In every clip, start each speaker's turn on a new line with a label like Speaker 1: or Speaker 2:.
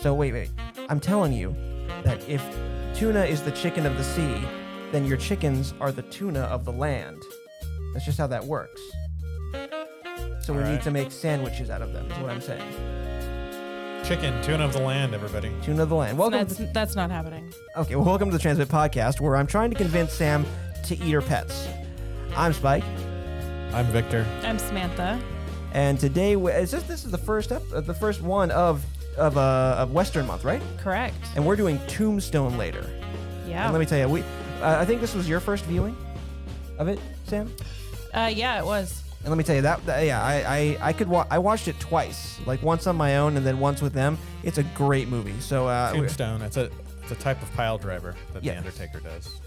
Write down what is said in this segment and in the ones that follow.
Speaker 1: So wait, wait. I'm telling you that if tuna is the chicken of the sea, then your chickens are the tuna of the land. That's just how that works. So we
Speaker 2: All
Speaker 1: need
Speaker 2: right.
Speaker 1: to make sandwiches out of them. Is what I'm saying.
Speaker 2: Chicken, tuna of the land, everybody.
Speaker 1: Tuna of Oh, the land. Welcome.
Speaker 3: That's that's not happening.
Speaker 1: Okay, well, welcome to the Transmit Podcast, where I'm trying to convince Sam to eat her pets. I'm Spike,
Speaker 2: I'm Victor.
Speaker 3: I'm Samantha.
Speaker 1: and today we- it's just this is the first up, uh, the first one of of uh, of Western month, right?
Speaker 3: Correct.
Speaker 1: And we're doing Tombstone later.
Speaker 3: Yeah.
Speaker 1: And let me tell you, we uh, I think this was your first viewing of it, Sam.
Speaker 3: uh, yeah, it was.
Speaker 1: And let me tell you that, that- yeah, I I, I could wa- I watched it twice, like once on my own and then once with them. It's a great movie. So uh, we-
Speaker 2: Tombstone. It's a it's a type of pile driver that
Speaker 1: Yes.
Speaker 2: the Undertaker does.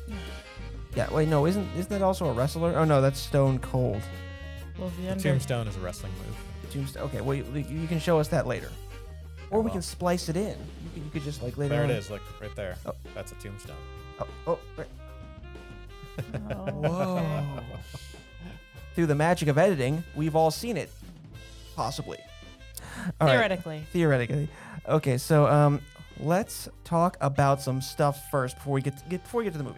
Speaker 1: yeah, wait, no, isn't isn't that also a wrestler? Oh no, that's Stone Cold.
Speaker 3: Well, the
Speaker 2: The
Speaker 3: under-
Speaker 2: Tombstone is a wrestling move.
Speaker 1: Tombstone. Okay, well, you, you can show us that later, or we
Speaker 2: Well.
Speaker 1: can splice it in. You could, you could just like later.
Speaker 2: There
Speaker 1: on.
Speaker 2: it is. Look right there.
Speaker 1: Oh.
Speaker 2: That's a tombstone.
Speaker 1: Oh, oh, right.
Speaker 3: Oh.
Speaker 1: whoa! Through the magic of editing, we've all seen it, possibly. All right.
Speaker 3: Theoretically.
Speaker 1: Theoretically. Okay, so um, let's talk about some stuff first before we get, to, get before we get to the movie.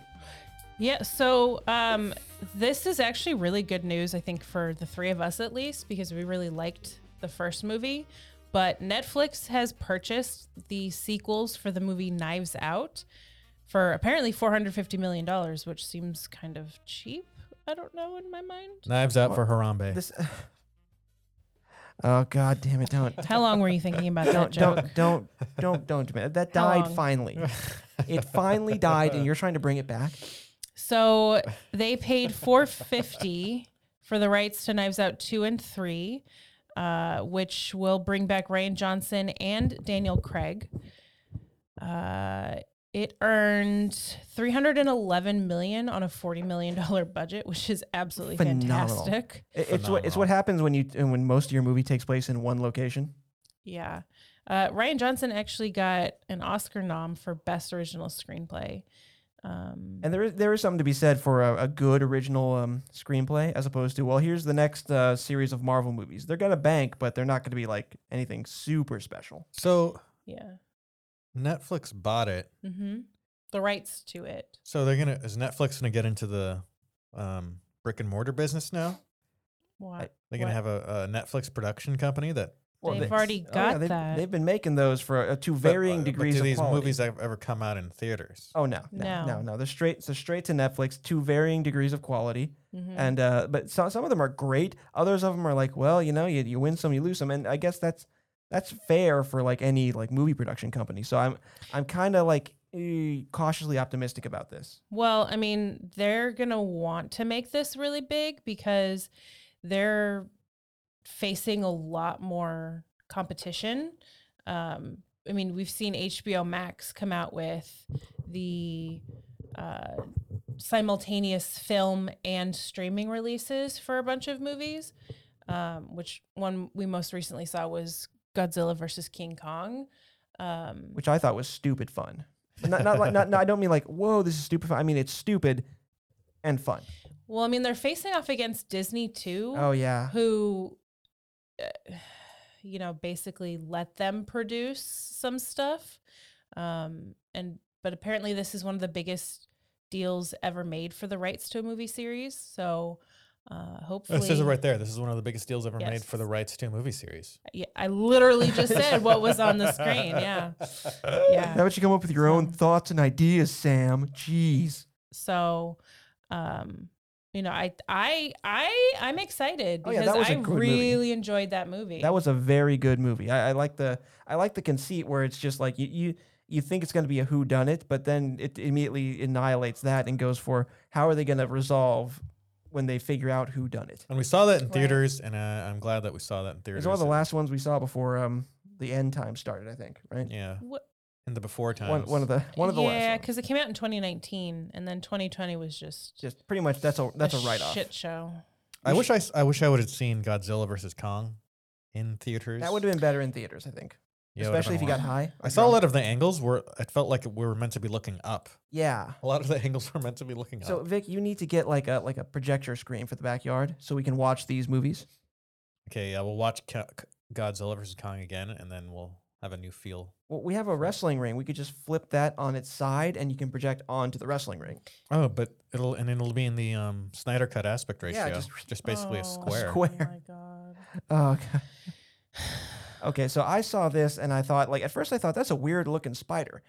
Speaker 3: Yeah. So um, this is actually really good news, I think, for the three of us at least, because we really liked the first movie. But Netflix has purchased the sequels for the movie Knives Out for apparently $450 million, which seems kind of cheap. I don't know in my mind.
Speaker 2: Knives out for Harambe.
Speaker 1: This. oh God damn it! Don't
Speaker 3: How long were you thinking about that
Speaker 1: don't
Speaker 3: joke?
Speaker 1: don't don't don't don't admit it. That
Speaker 3: How
Speaker 1: died
Speaker 3: long?
Speaker 1: finally. It finally died, and you're trying to bring it back.
Speaker 3: So they paid 450 for the rights to Knives Out 2 and 3, uh, which will bring back Ryan Johnson and Daniel Craig. Uh, it earned 311 million on a 40 million dollar budget, which is absolutely
Speaker 1: Phenomenal.
Speaker 3: fantastic.
Speaker 1: I- It's what it's what happens when you and when most of your movie takes place in one location.
Speaker 3: Yeah. Uh, Ryan Johnson actually got an Oscar nom for best original screenplay. Um,
Speaker 1: And there is there is something to be said for a, a good original um, screenplay as opposed to well, here's the next uh, series of Marvel movies. They're gonna bank, but they're not gonna be like anything super special.
Speaker 2: so
Speaker 3: yeah.
Speaker 2: Netflix bought it.
Speaker 3: hmm The rights to it.
Speaker 2: So they're gonna is Netflix gonna get into the um, brick and mortar business now?
Speaker 3: Why?
Speaker 2: They're gonna have
Speaker 3: What?
Speaker 2: a, a Netflix production company that
Speaker 3: They've already
Speaker 1: oh,
Speaker 3: got
Speaker 1: they've,
Speaker 3: that.
Speaker 1: They've been making those for uh, to
Speaker 2: but,
Speaker 1: varying
Speaker 2: uh, but
Speaker 1: degrees
Speaker 2: Do
Speaker 1: of
Speaker 2: these
Speaker 1: quality.
Speaker 2: movies ev- ever come out in theaters?
Speaker 1: Oh no, no, no, no,
Speaker 3: No.
Speaker 1: They're straight, so straight to Netflix, to varying degrees of quality,
Speaker 3: Mhm.
Speaker 1: and uh, but some some of them are great. Others of them are like, well, you know, you, you win some, you lose some, and I guess that's that's fair for like any like movie production company. So I'm I'm kind of like eh, cautiously optimistic about this.
Speaker 3: Well, I mean, they're going to want to make this really big because they're facing a lot more competition. Um, I mean, we've seen HBO Max come out with the uh, simultaneous film and streaming releases for a bunch of movies, um, which one we most recently saw was Godzilla versus King Kong. Um,
Speaker 1: which I thought was stupid fun. Not, not like, not, no, I don't mean like, whoa, this is stupid fun. I mean, it's stupid and fun.
Speaker 3: well, I mean, they're facing off against Disney too.
Speaker 1: Oh, yeah.
Speaker 3: who uh, you know basically let them produce some stuff um and but apparently this is one of the biggest deals ever made for the rights to a movie series so uh hopefully
Speaker 2: It says it right there. This is one of the biggest deals ever made
Speaker 3: Yes.
Speaker 2: for the rights to a movie series.
Speaker 3: yeah, i literally just said what was on the screen yeah yeah
Speaker 1: How about you come up with your own
Speaker 3: So-
Speaker 1: thoughts and ideas, Sam? Jeez.
Speaker 3: So, um, you know, I I I I'm excited
Speaker 1: Oh, yeah,
Speaker 3: because
Speaker 1: that was
Speaker 3: I
Speaker 1: a good movie.
Speaker 3: really enjoyed that movie.
Speaker 1: That was a very good movie. I, I like the I like the conceit where it's just like you you, you think it's going to be a who done it, but then it immediately annihilates that and goes for how are they going to resolve when they figure out who done it.
Speaker 2: And we saw that in
Speaker 3: Right.
Speaker 2: theaters, and uh, I'm glad that we saw that in
Speaker 1: It
Speaker 2: theaters.
Speaker 1: was one of the last ones we saw before um the end time started, I think, right?
Speaker 2: Yeah,
Speaker 3: What-
Speaker 2: in the before times.
Speaker 1: One, one of the one of the last
Speaker 3: yeah,
Speaker 1: ones.
Speaker 3: because it came out in 2019, and then 2020 was just
Speaker 1: Just pretty much that's a that's a, write off.
Speaker 3: shit show.
Speaker 2: I wish I, s- I wish I would have seen Godzilla versus Kong in theaters.
Speaker 1: That would have been better in theaters, I think.
Speaker 2: Yeah, it would've
Speaker 1: Especially if
Speaker 2: been
Speaker 1: you
Speaker 2: a lot.
Speaker 1: got high.
Speaker 2: I saw a lot of the angles where it felt like we were meant to be looking up.
Speaker 1: Yeah.
Speaker 2: A lot of the angles were meant to be looking
Speaker 1: So
Speaker 2: up.
Speaker 1: Vic, you need to get like a like a projector screen for the backyard so we can watch these movies.
Speaker 2: Okay, yeah, we'll watch Ca- Godzilla versus Kong again, and then we'll have a new feel.
Speaker 1: Well, we have a wrestling ring. We could just flip that on its side, and you can project onto the wrestling ring.
Speaker 2: Oh, but it'll and it'll be in the um, Snyder cut aspect ratio.
Speaker 1: Yeah,
Speaker 2: just,
Speaker 1: just-
Speaker 2: basically
Speaker 3: Oh,
Speaker 2: a square.
Speaker 1: square.
Speaker 3: Oh my god.
Speaker 1: Oh, God. okay. So I saw this, and I thought, like, at first I thought that's a weird looking spider,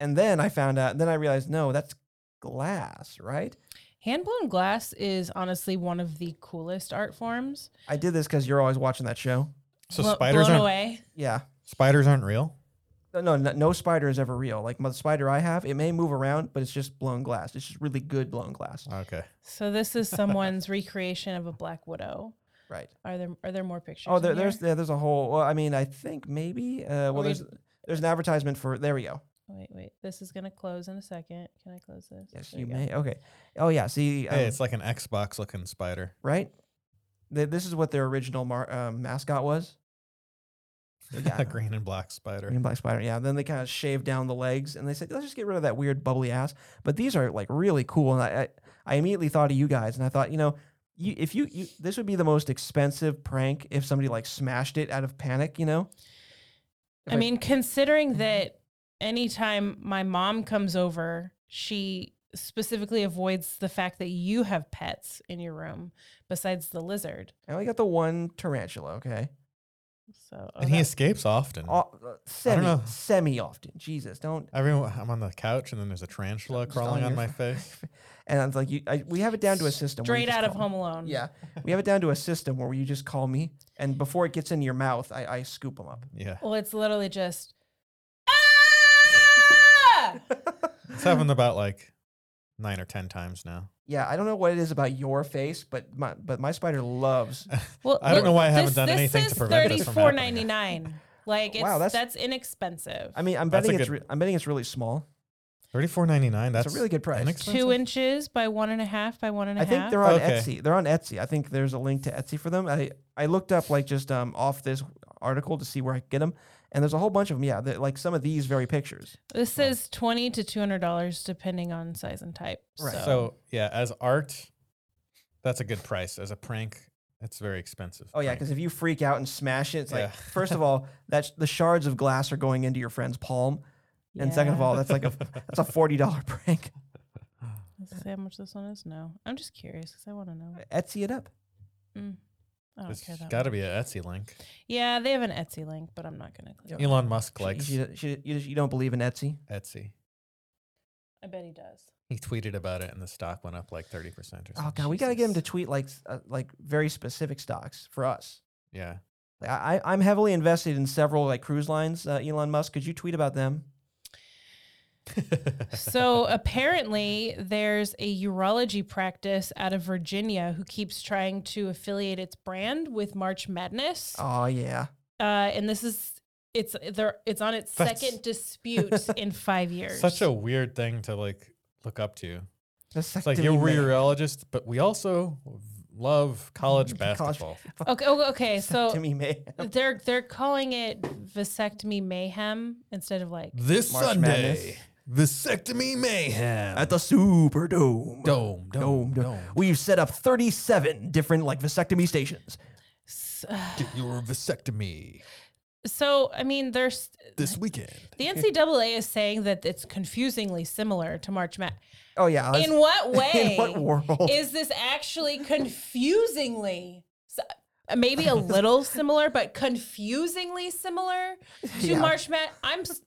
Speaker 1: and then I found out, then I realized, no, that's glass, right?
Speaker 3: Hand blown glass is honestly one of the coolest art forms.
Speaker 1: I did this because you're always watching that show.
Speaker 2: So
Speaker 3: Blo-
Speaker 2: spiders
Speaker 3: blown
Speaker 2: aren't
Speaker 3: away.
Speaker 1: Yeah.
Speaker 2: spiders aren't real.
Speaker 1: No, no, no, no spider is ever real. Like my- the spider I have, it may move around, but it's just blown glass. It's just really good blown glass.
Speaker 2: Okay.
Speaker 3: So this is someone's recreation of a black widow.
Speaker 1: Right.
Speaker 3: Are there are there more pictures?
Speaker 1: Oh, there,
Speaker 3: in
Speaker 1: there's
Speaker 3: here?
Speaker 1: yeah, there's a whole. Well, I mean, I think maybe. Uh, well,
Speaker 3: we-
Speaker 1: there's there's an advertisement for. There we go.
Speaker 3: wait wait. This is gonna close in a second. Can I close this?
Speaker 1: Yes,
Speaker 3: There
Speaker 1: you
Speaker 3: we go.
Speaker 1: may. Okay. Oh yeah. See.
Speaker 2: Hey,
Speaker 1: um,
Speaker 2: it's like an Xbox looking spider.
Speaker 1: right? Th this is what their original mar- um, mascot was. So, yeah,
Speaker 2: a green and black spider.
Speaker 1: green black spider. Yeah. Then they kind of shaved down the legs, and they said, "Let's just get rid of that weird bubbly ass." But these are like really cool, and I I, I immediately thought of you guys, and I thought, you know. You, if you, you, this would be the most expensive prank if somebody like smashed it out of panic, you know. If
Speaker 3: I mean, considering that anytime my mom comes over, she specifically avoids the fact that you have pets in your room besides the lizard.
Speaker 1: I only got the one tarantula. Okay,
Speaker 3: So oh,
Speaker 2: and he
Speaker 3: that-
Speaker 2: escapes often.
Speaker 1: Au- uh, semi,
Speaker 2: Mm. know.
Speaker 1: semi often. Jesus, don't.
Speaker 2: Everyone, I'm on the couch, and then there's a tarantula
Speaker 1: Just
Speaker 2: crawling
Speaker 1: on
Speaker 2: on
Speaker 1: your-
Speaker 2: my face.
Speaker 1: And I was like, you, I, we have it down to a system. where you
Speaker 3: straight
Speaker 1: just
Speaker 3: out of
Speaker 1: call me.
Speaker 3: Home Alone.
Speaker 1: Yeah, we have it down to a system where you just call me, and before it gets into your mouth, I, I scoop them up.
Speaker 2: Yeah,
Speaker 3: Well, it's literally just. "Ah!"
Speaker 2: it's happened about like nine or ten times now.
Speaker 1: yeah, I don't know what it is about your face, but my but my spider loves.
Speaker 3: Well,
Speaker 2: I don't know why I haven't
Speaker 3: this-
Speaker 2: done
Speaker 3: this
Speaker 2: anything to
Speaker 3: is
Speaker 2: prevent this from happening.
Speaker 3: $34.99. Like it's
Speaker 1: Wow,
Speaker 3: that's,
Speaker 1: that's-
Speaker 3: inexpensive.
Speaker 1: I mean, I'm
Speaker 2: That's a
Speaker 1: betting it's
Speaker 2: good-
Speaker 1: re- I'm betting it's really small.
Speaker 2: Thirty four ninety nine.
Speaker 1: That's
Speaker 2: That's
Speaker 1: a really good price.
Speaker 2: inexpensive.
Speaker 3: two inches by one and a half by one and a
Speaker 1: I
Speaker 3: half.
Speaker 1: think they're on
Speaker 2: Okay.
Speaker 1: Etsy. They're on Etsy. I think there's a link to Etsy for them. I I looked up like just um off this article to see where I could get them, and there's a whole bunch of them. Yeah, they're, like some of these very pictures.
Speaker 3: This says twenty to two hundred dollars depending on size and type.
Speaker 1: Right.
Speaker 3: So,
Speaker 2: So yeah, as art, that's a good price. As a prank, it's very expensive.
Speaker 1: Oh yeah,
Speaker 2: prank.
Speaker 1: because if you freak out and smash it, it's
Speaker 2: Yeah.
Speaker 1: like first of all that's the shards of glass are going into your friend's palm, and second of
Speaker 3: yeah.
Speaker 1: all that's like a that's a forty dollar prank.
Speaker 3: Let's see how much this one is. No, I'm just curious because I want to know.
Speaker 1: Etsy it up.
Speaker 3: Mm. I don't
Speaker 2: it's
Speaker 3: care that.
Speaker 2: got to
Speaker 3: much.
Speaker 2: be an Etsy link.
Speaker 3: Yeah, they have an Etsy link, but I'm not gonna click.
Speaker 1: Yeah.
Speaker 3: on it.
Speaker 2: Elon Musk
Speaker 1: She-
Speaker 2: likes
Speaker 1: she- she- you, just- you don't believe in Etsy.
Speaker 2: Etsy.
Speaker 3: I bet he does.
Speaker 2: He tweeted about it, and the stock went up like thirty percent or
Speaker 1: Oh
Speaker 2: something.
Speaker 1: god, we gotta get him to
Speaker 3: Jesus.
Speaker 1: tweet like s- uh, like very specific stocks for us.
Speaker 2: Yeah,
Speaker 1: Like, I I- I'm heavily invested in several like cruise lines. Uh, Elon Musk, could you tweet about them?
Speaker 3: So apparently, there's a urology practice out of Virginia who keeps trying to affiliate its brand with March Madness.
Speaker 1: Oh yeah,
Speaker 3: Uh, and this is it's they're, it's on its
Speaker 2: That's-
Speaker 3: second dispute in five years.
Speaker 2: such a weird thing to like look up to.
Speaker 1: it's
Speaker 2: It's like you're a urologist, but we also love college basketball.
Speaker 3: okay. oh, Okay, so
Speaker 1: Timmy May.
Speaker 3: they're they're calling it vasectomy mayhem instead of like
Speaker 2: This
Speaker 1: March
Speaker 2: Sunday, vasectomy mayhem
Speaker 1: At the Superdome.
Speaker 2: dome, dome,
Speaker 1: Dome,
Speaker 2: dome.
Speaker 1: dome. We've set up 37 different like vasectomy stations.
Speaker 3: s-
Speaker 2: Get your vasectomy
Speaker 3: so. I mean, there's
Speaker 2: this weekend.
Speaker 3: the NCAA is saying that it's confusingly similar to March Madness.
Speaker 1: Oh yeah, I was-
Speaker 3: In what way?
Speaker 1: in what world?
Speaker 3: is this actually confusingly s- uh, maybe a little similar but confusingly similar to
Speaker 1: Yeah.
Speaker 3: march Mad- i'm s-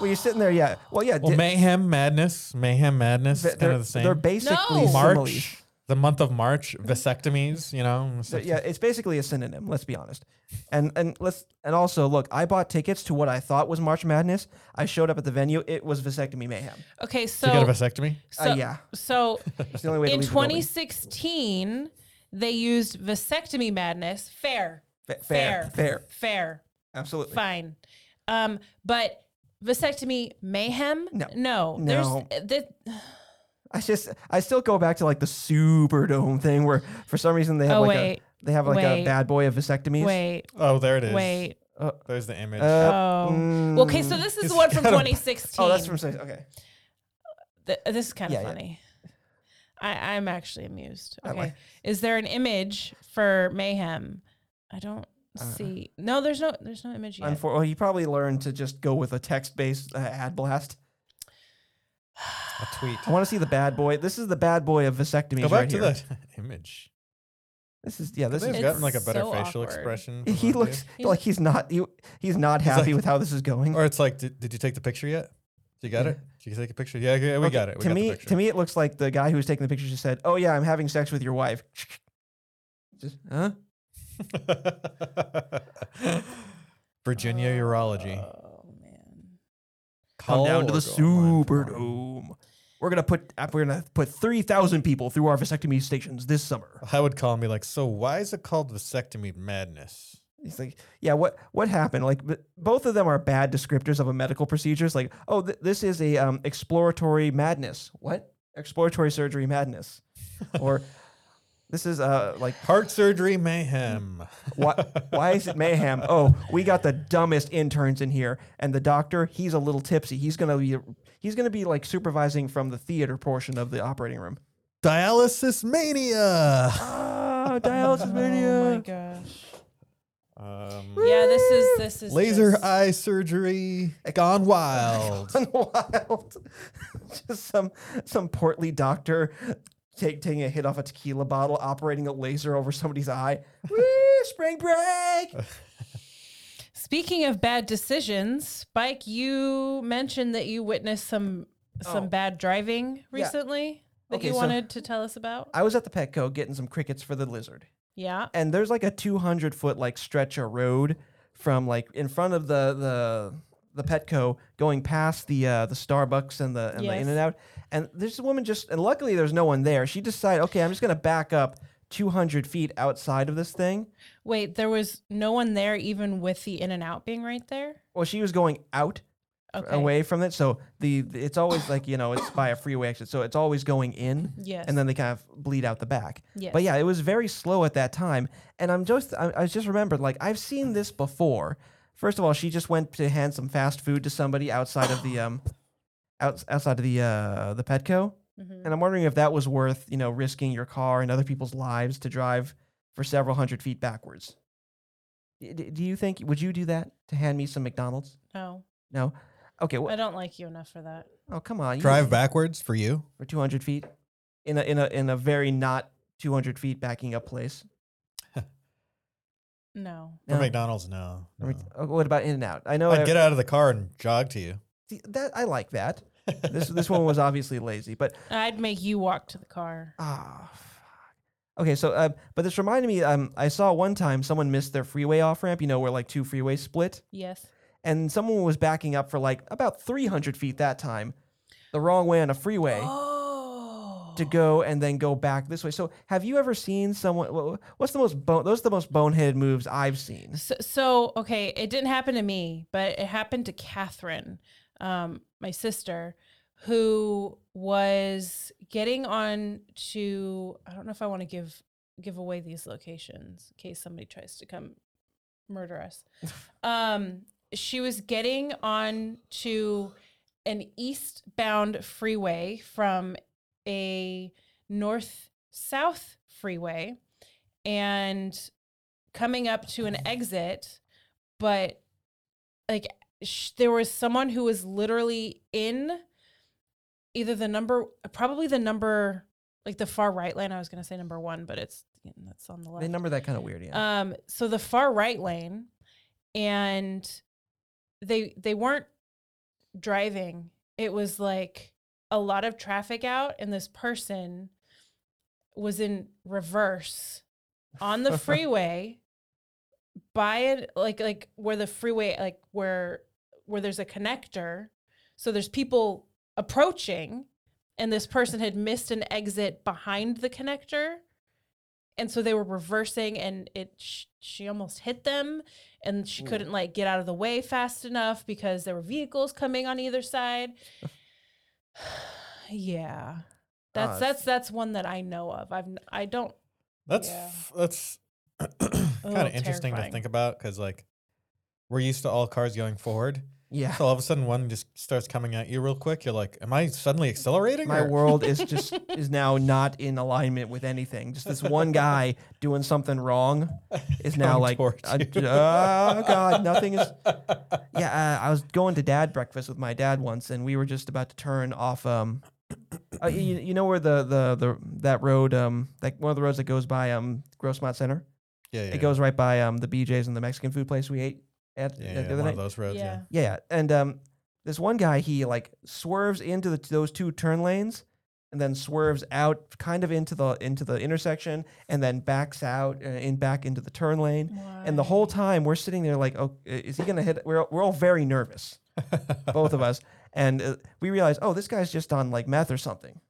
Speaker 1: well, you're sitting there, yeah. Well, yeah.
Speaker 2: Well,
Speaker 1: di-
Speaker 2: mayhem madness, mayhem madness,
Speaker 1: they're,
Speaker 2: is kind of the same.
Speaker 1: they're basically
Speaker 3: No.
Speaker 2: March,
Speaker 1: similes.
Speaker 2: the month of March, vasectomies. You know,
Speaker 1: So, yeah, it's basically a synonym. Let's be honest. And and let's and also look. I bought tickets to what I thought was March Madness. I showed up at the venue. It was vasectomy mayhem.
Speaker 3: okay
Speaker 2: to get a
Speaker 3: so
Speaker 2: vasectomy.
Speaker 3: so,
Speaker 1: uh, yeah,
Speaker 3: so
Speaker 1: it's the only way to
Speaker 3: in
Speaker 1: leave the building.
Speaker 3: 2016 they used vasectomy madness fair
Speaker 1: Fa- fair,
Speaker 3: fair.
Speaker 1: fair,
Speaker 3: fair
Speaker 1: absolutely.
Speaker 3: fine um but vasectomy mayhem
Speaker 1: No.
Speaker 3: no,
Speaker 1: No.
Speaker 3: there's that
Speaker 1: I just I still go back to like the Superdome thing where for some reason they have
Speaker 3: Oh,
Speaker 1: like
Speaker 3: wait.
Speaker 1: a they have like a
Speaker 3: Wait.
Speaker 1: bad boy of vasectomies.
Speaker 3: wait
Speaker 2: Oh, there it is.
Speaker 3: wait
Speaker 1: Mm.
Speaker 2: there's the image.
Speaker 1: Uh,
Speaker 3: oh
Speaker 1: mm.
Speaker 3: Well, okay, so this is
Speaker 2: It's
Speaker 3: the one from
Speaker 2: gotta-
Speaker 3: 2016.
Speaker 1: Oh, that's from okay.
Speaker 3: Th- this is kind of
Speaker 1: Yeah, yeah.
Speaker 3: funny. I, I'm actually amused.
Speaker 1: I
Speaker 3: Okay,
Speaker 1: like-
Speaker 3: is there an image for mayhem? I don't.
Speaker 1: Uh,
Speaker 3: see. No, there's no there's no image yet.
Speaker 1: Unfor- well, he probably learned to just go with a text-based uh, ad blast.
Speaker 2: A tweet.
Speaker 1: I want to see the bad boy. This is the bad boy of vasectomies
Speaker 2: Go back
Speaker 1: right
Speaker 2: to
Speaker 1: here.
Speaker 2: the image.
Speaker 1: This is yeah. This
Speaker 2: They've
Speaker 1: is
Speaker 3: It's
Speaker 2: gotten like a better
Speaker 3: so
Speaker 2: facial
Speaker 3: awkward.
Speaker 2: expression. from
Speaker 1: he
Speaker 2: that
Speaker 1: looks
Speaker 3: He's-
Speaker 1: like he's not he, he's not
Speaker 2: He's
Speaker 1: happy
Speaker 2: like-
Speaker 1: with how this is going.
Speaker 2: dude. Or it's like, did, did you take the picture yet? You got
Speaker 1: Yeah.
Speaker 2: it? Did you take a picture? Yeah, yeah we
Speaker 1: Okay,
Speaker 2: got it. We
Speaker 1: to
Speaker 2: got the
Speaker 1: me,
Speaker 2: picture.
Speaker 1: to me, it looks like the guy who was taking the pictures just said, "Oh yeah, I'm having sex with your wife." Just, huh?
Speaker 2: Virginia urology.
Speaker 3: Oh man.
Speaker 1: Come down to the
Speaker 2: Colorado mine farm.
Speaker 1: Superdome. We're gonna put uh, we're gonna put three thousand people through our vasectomy stations this summer.
Speaker 2: I would call and be like, so why is it called vasectomy madness?
Speaker 1: He's like, yeah, what what happened? Like, b- both of them are bad descriptors of a medical procedure. It's like, oh, th- this is a um, exploratory madness. What? Exploratory surgery madness, or this is uh like
Speaker 2: Heart surgery mayhem.
Speaker 1: why, why is it mayhem? Oh, we got the dumbest interns in here, and the doctor, he's a little tipsy. He's gonna be, he's gonna be like supervising from the theater portion of the operating room.
Speaker 2: Dialysis mania.
Speaker 1: Ah, dialysis
Speaker 3: Oh my
Speaker 1: mania.
Speaker 3: gosh.
Speaker 2: Um,
Speaker 3: Yeah, this is this is
Speaker 2: laser
Speaker 3: just-
Speaker 2: eye surgery gone wild.
Speaker 1: Wild. Just some some portly doctor take, taking a hit off a tequila bottle, operating a laser over somebody's eye. Woo! Spring break.
Speaker 3: Speaking of bad decisions, Spike, you mentioned that you witnessed some some
Speaker 1: Oh.
Speaker 3: bad driving recently that
Speaker 1: Okay,
Speaker 3: you
Speaker 1: so-
Speaker 3: wanted to tell us about.
Speaker 1: I was at the Petco getting some crickets for the lizard.
Speaker 3: yeah.
Speaker 1: and there's like a 200 foot like stretch of road from like in front of the the the Petco going past the uh, the Starbucks and the and the
Speaker 3: Yes.
Speaker 1: In and Out, and this woman just and luckily there's no one there. She decided, okay, I'm just gonna back up 200 feet outside of this thing.
Speaker 3: Wait, there was no one there even with the in and out being right there?
Speaker 1: Well, she was going out
Speaker 3: Okay.
Speaker 1: away from it, so the it's always like you know it's by a freeway exit, so it's always going in,
Speaker 3: Yes.
Speaker 1: and then they kind of bleed out the back.
Speaker 3: yes.
Speaker 1: But yeah, it was very slow at that time, and I'm just I, I just remembered like I've seen this before. First of all, she just went to hand some fast food to somebody outside of the um, outs outside of the uh the Petco,
Speaker 3: Mhm.
Speaker 1: and I'm wondering if that was worth you know risking your car and other people's lives to drive for several hundred feet backwards. D- d- do you think would you do that to hand me some McDonald's?
Speaker 3: No.
Speaker 1: No. Okay.
Speaker 3: Oh, I
Speaker 1: Well,
Speaker 3: don't like you enough for that.
Speaker 1: oh come on. you-
Speaker 2: Drive backwards for you.
Speaker 1: for 200 feet in a in a in a very not 200 feet backing up place.
Speaker 3: No.
Speaker 2: For
Speaker 1: No.
Speaker 2: McDonald's, no.
Speaker 1: Or
Speaker 2: no.
Speaker 1: we- uh, What about In and Out? I know I,
Speaker 2: I'd get out of the car and jog to you.
Speaker 1: see, that I like that. This this one was obviously lazy, but
Speaker 3: I'd make you walk to the car.
Speaker 1: ah, fuck. okay. So, uh, but this reminded me. Um, I saw one time someone missed their freeway off ramp. You know where like two freeways split,
Speaker 3: Yes.
Speaker 1: and someone was backing up for like about three hundred feet that time, the wrong way on a freeway.
Speaker 3: Oh.
Speaker 1: To go and then go back this way. So, have you ever seen someone? wha- What's the most bone? Those are the most boneheaded moves I've seen.
Speaker 3: So, so okay, it didn't happen to me, but it happened to Catherine, um, my sister, who was getting on to. I don't know if I want to give give away these locations in case somebody tries to come murder us. um, she was getting on to an eastbound freeway from a north south freeway and coming up to an exit, but like sh- there was someone who was literally in either the number, probably the number, like the far right lane. I was going to say number one, but it's that's on the left.
Speaker 1: They number that kind of weird. Yeah.
Speaker 3: Um, so the far right lane, and they they weren't driving. It was like a lot of traffic out, and this person was in reverse on the freeway by it like like where the freeway like where where there's a connector so there's people approaching and this person had missed an exit behind the connector and so they were reversing and it sh- she almost hit them and she
Speaker 1: Ooh.
Speaker 3: couldn't like get out of the way fast enough because there were vehicles coming on either side yeah that's
Speaker 1: Ah,
Speaker 3: that's that's one that i know of i've n- i don't
Speaker 2: That's
Speaker 3: Yeah.
Speaker 2: f- that's kind of interesting to
Speaker 3: terrifying.
Speaker 2: think about because like we're used to all cars going forward,
Speaker 1: Yeah.
Speaker 2: So all of a sudden, one just starts coming at you real quick. You're like, "Am I suddenly accelerating?"
Speaker 1: My
Speaker 2: or-
Speaker 1: world is just is now not in alignment with anything. Just this one guy doing something wrong is now
Speaker 2: Coming
Speaker 1: like,
Speaker 2: towards
Speaker 1: uh,
Speaker 2: you.
Speaker 1: oh god, nothing is. Yeah, uh, I was going to dad breakfast with my dad once, and we were just about to turn off. Um, uh, you, you know where the the the that road um that one of the roads that goes by um Grossmont Center.
Speaker 2: yeah, yeah,
Speaker 1: It goes right by um the BJ's and the Mexican food place we ate at
Speaker 2: yeah,
Speaker 1: at
Speaker 2: yeah,
Speaker 1: the other
Speaker 2: one
Speaker 1: night.
Speaker 2: of those roads. Yeah.
Speaker 3: yeah.
Speaker 1: Yeah, and um, this one guy he like swerves into the, those two turn lanes, and then swerves out kind of into the into the intersection, and then backs out uh, in back into the turn lane. And the whole time we're sitting there like, oh, i- is he gonna hit? We're we're all very nervous, both of us, and uh, we realize, oh, this guy's just on like meth or something.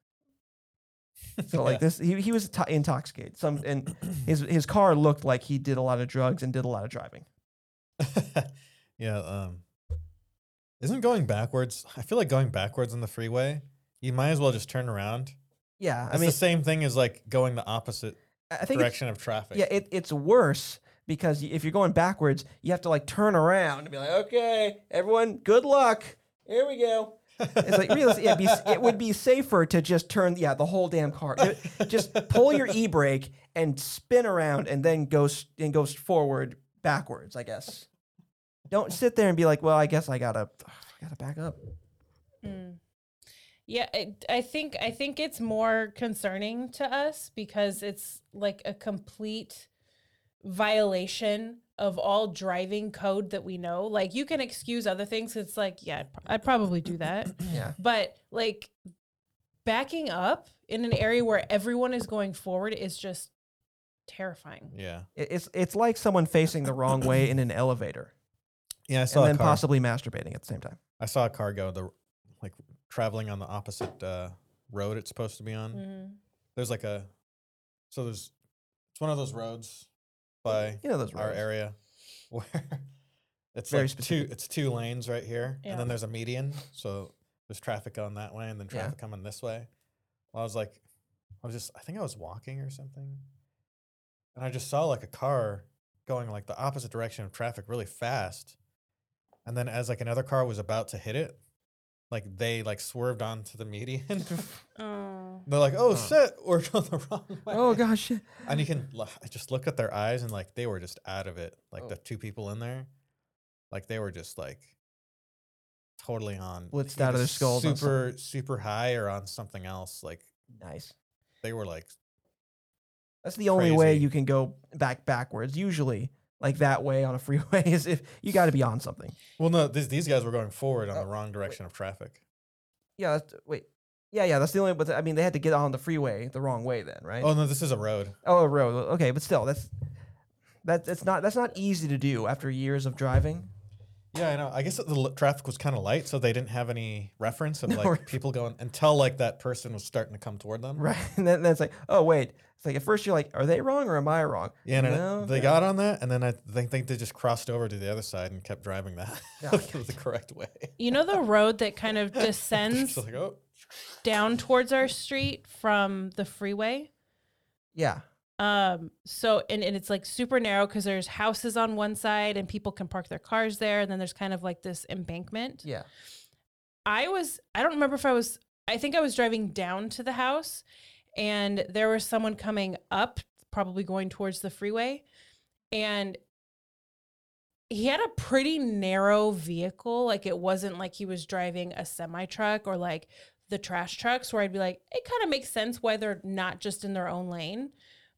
Speaker 1: So like this, he he was t- intoxicated. Some and his his car looked like he did a lot of drugs and did a lot of driving.
Speaker 2: yeah. Um, isn't going backwards? I feel like going backwards on the freeway. You might as well just turn around.
Speaker 1: Yeah,
Speaker 2: It's
Speaker 1: I mean,
Speaker 2: the same thing as like going the opposite
Speaker 1: I I think it's-
Speaker 2: direction of traffic.
Speaker 1: Yeah, it, it's worse because y- if you're going backwards, you have to like turn around and be like, okay, everyone, good luck. Here we go. It's like realistically, it'd be, s- it would be safer to just turn, yeah, the whole damn car. Ju- Just pull your e brake and spin around, and then go s- and goes forward backwards. I guess. Don't sit there and be like, well, I guess I gotta, I gotta back up.
Speaker 3: Mm. Yeah, I, I think I think it's more concerning to us because it's like a complete violation of all driving code that we know. Like you can excuse other things. It's like, yeah, I'd, pro- I'd probably do that.
Speaker 1: Yeah.
Speaker 3: But like backing up in an area where everyone is going forward is just terrifying.
Speaker 2: Yeah.
Speaker 1: It- It's it's like someone facing the wrong way in an elevator,
Speaker 2: Yeah. I saw
Speaker 1: and
Speaker 2: a
Speaker 1: then
Speaker 2: car.
Speaker 1: possibly masturbating at the same time.
Speaker 2: I saw a car go the like traveling on the opposite uh, road it's supposed to be on.
Speaker 1: Mm.
Speaker 3: Mhm.
Speaker 2: There's like a so there's it's one of those roads by
Speaker 1: You know those
Speaker 2: our
Speaker 1: roads.
Speaker 2: area where it's
Speaker 1: Very
Speaker 2: like
Speaker 1: specific.
Speaker 2: two it's two lanes right here
Speaker 3: Yeah.
Speaker 2: and then there's a median so there's traffic going that way and then
Speaker 1: Yeah.
Speaker 2: traffic coming this way well, i was like i was just i think i was walking or something and i just saw like a car going like the opposite direction of traffic really fast and then as like another car was about to hit it like they like swerved onto the median
Speaker 3: Oh.
Speaker 2: they're like oh
Speaker 1: Huh.
Speaker 2: shit we're on the wrong way
Speaker 1: Oh gosh.
Speaker 2: and you can lo- I just look at their eyes and like they were just out of it. Like
Speaker 1: Oh.
Speaker 2: the two people in there, like they were just like totally on
Speaker 1: Blitzed
Speaker 2: either
Speaker 1: out of their skulls on
Speaker 2: super super high or on something else. Like
Speaker 1: Nice.
Speaker 2: they were like
Speaker 1: That's the only way
Speaker 2: Crazy.
Speaker 1: you can go back backwards. Usually, like that way on a freeway is if you got to be on something.
Speaker 2: well no these these guys were going forward on
Speaker 1: Oh,
Speaker 2: the wrong direction of traffic.
Speaker 1: Yeah. That's, wait. Yeah, yeah. That's the only. But I mean, they had to get on the freeway the wrong way then, right?
Speaker 2: Oh no, this is a road.
Speaker 1: Oh, a road. Okay, but still, that's that. That's not that's not easy to do after years of driving.
Speaker 2: Yeah, I know. I guess the l- traffic was kind of light, so they didn't have any reference of
Speaker 1: No
Speaker 2: like
Speaker 1: reference.
Speaker 2: people going until like that person was starting to come toward them.
Speaker 1: Right. And then, then it's like, oh wait. It's like at first you're like, are they wrong or am I wrong?
Speaker 2: Yeah, and I-
Speaker 1: No,
Speaker 2: they
Speaker 1: no.
Speaker 2: got on that, and then I think, think they just crossed over to the other side and kept driving that
Speaker 1: Yeah.
Speaker 2: the correct way.
Speaker 3: You know the road that kind of
Speaker 2: Just
Speaker 3: descends
Speaker 2: like, oh.
Speaker 3: down towards our street from the freeway.
Speaker 1: Yeah.
Speaker 3: Um, so and, and it's like super narrow because there's houses on one side and people can park their cars there, and then there's kind of like this embankment.
Speaker 1: Yeah.
Speaker 3: I was I don't remember if I was I think I was driving down to the house and there was someone coming up, probably going towards the freeway, and he had a pretty narrow vehicle. Like it wasn't like he was driving a semi truck or like the trash trucks where I'd be like, it kind of makes sense why they're not just in their own lane.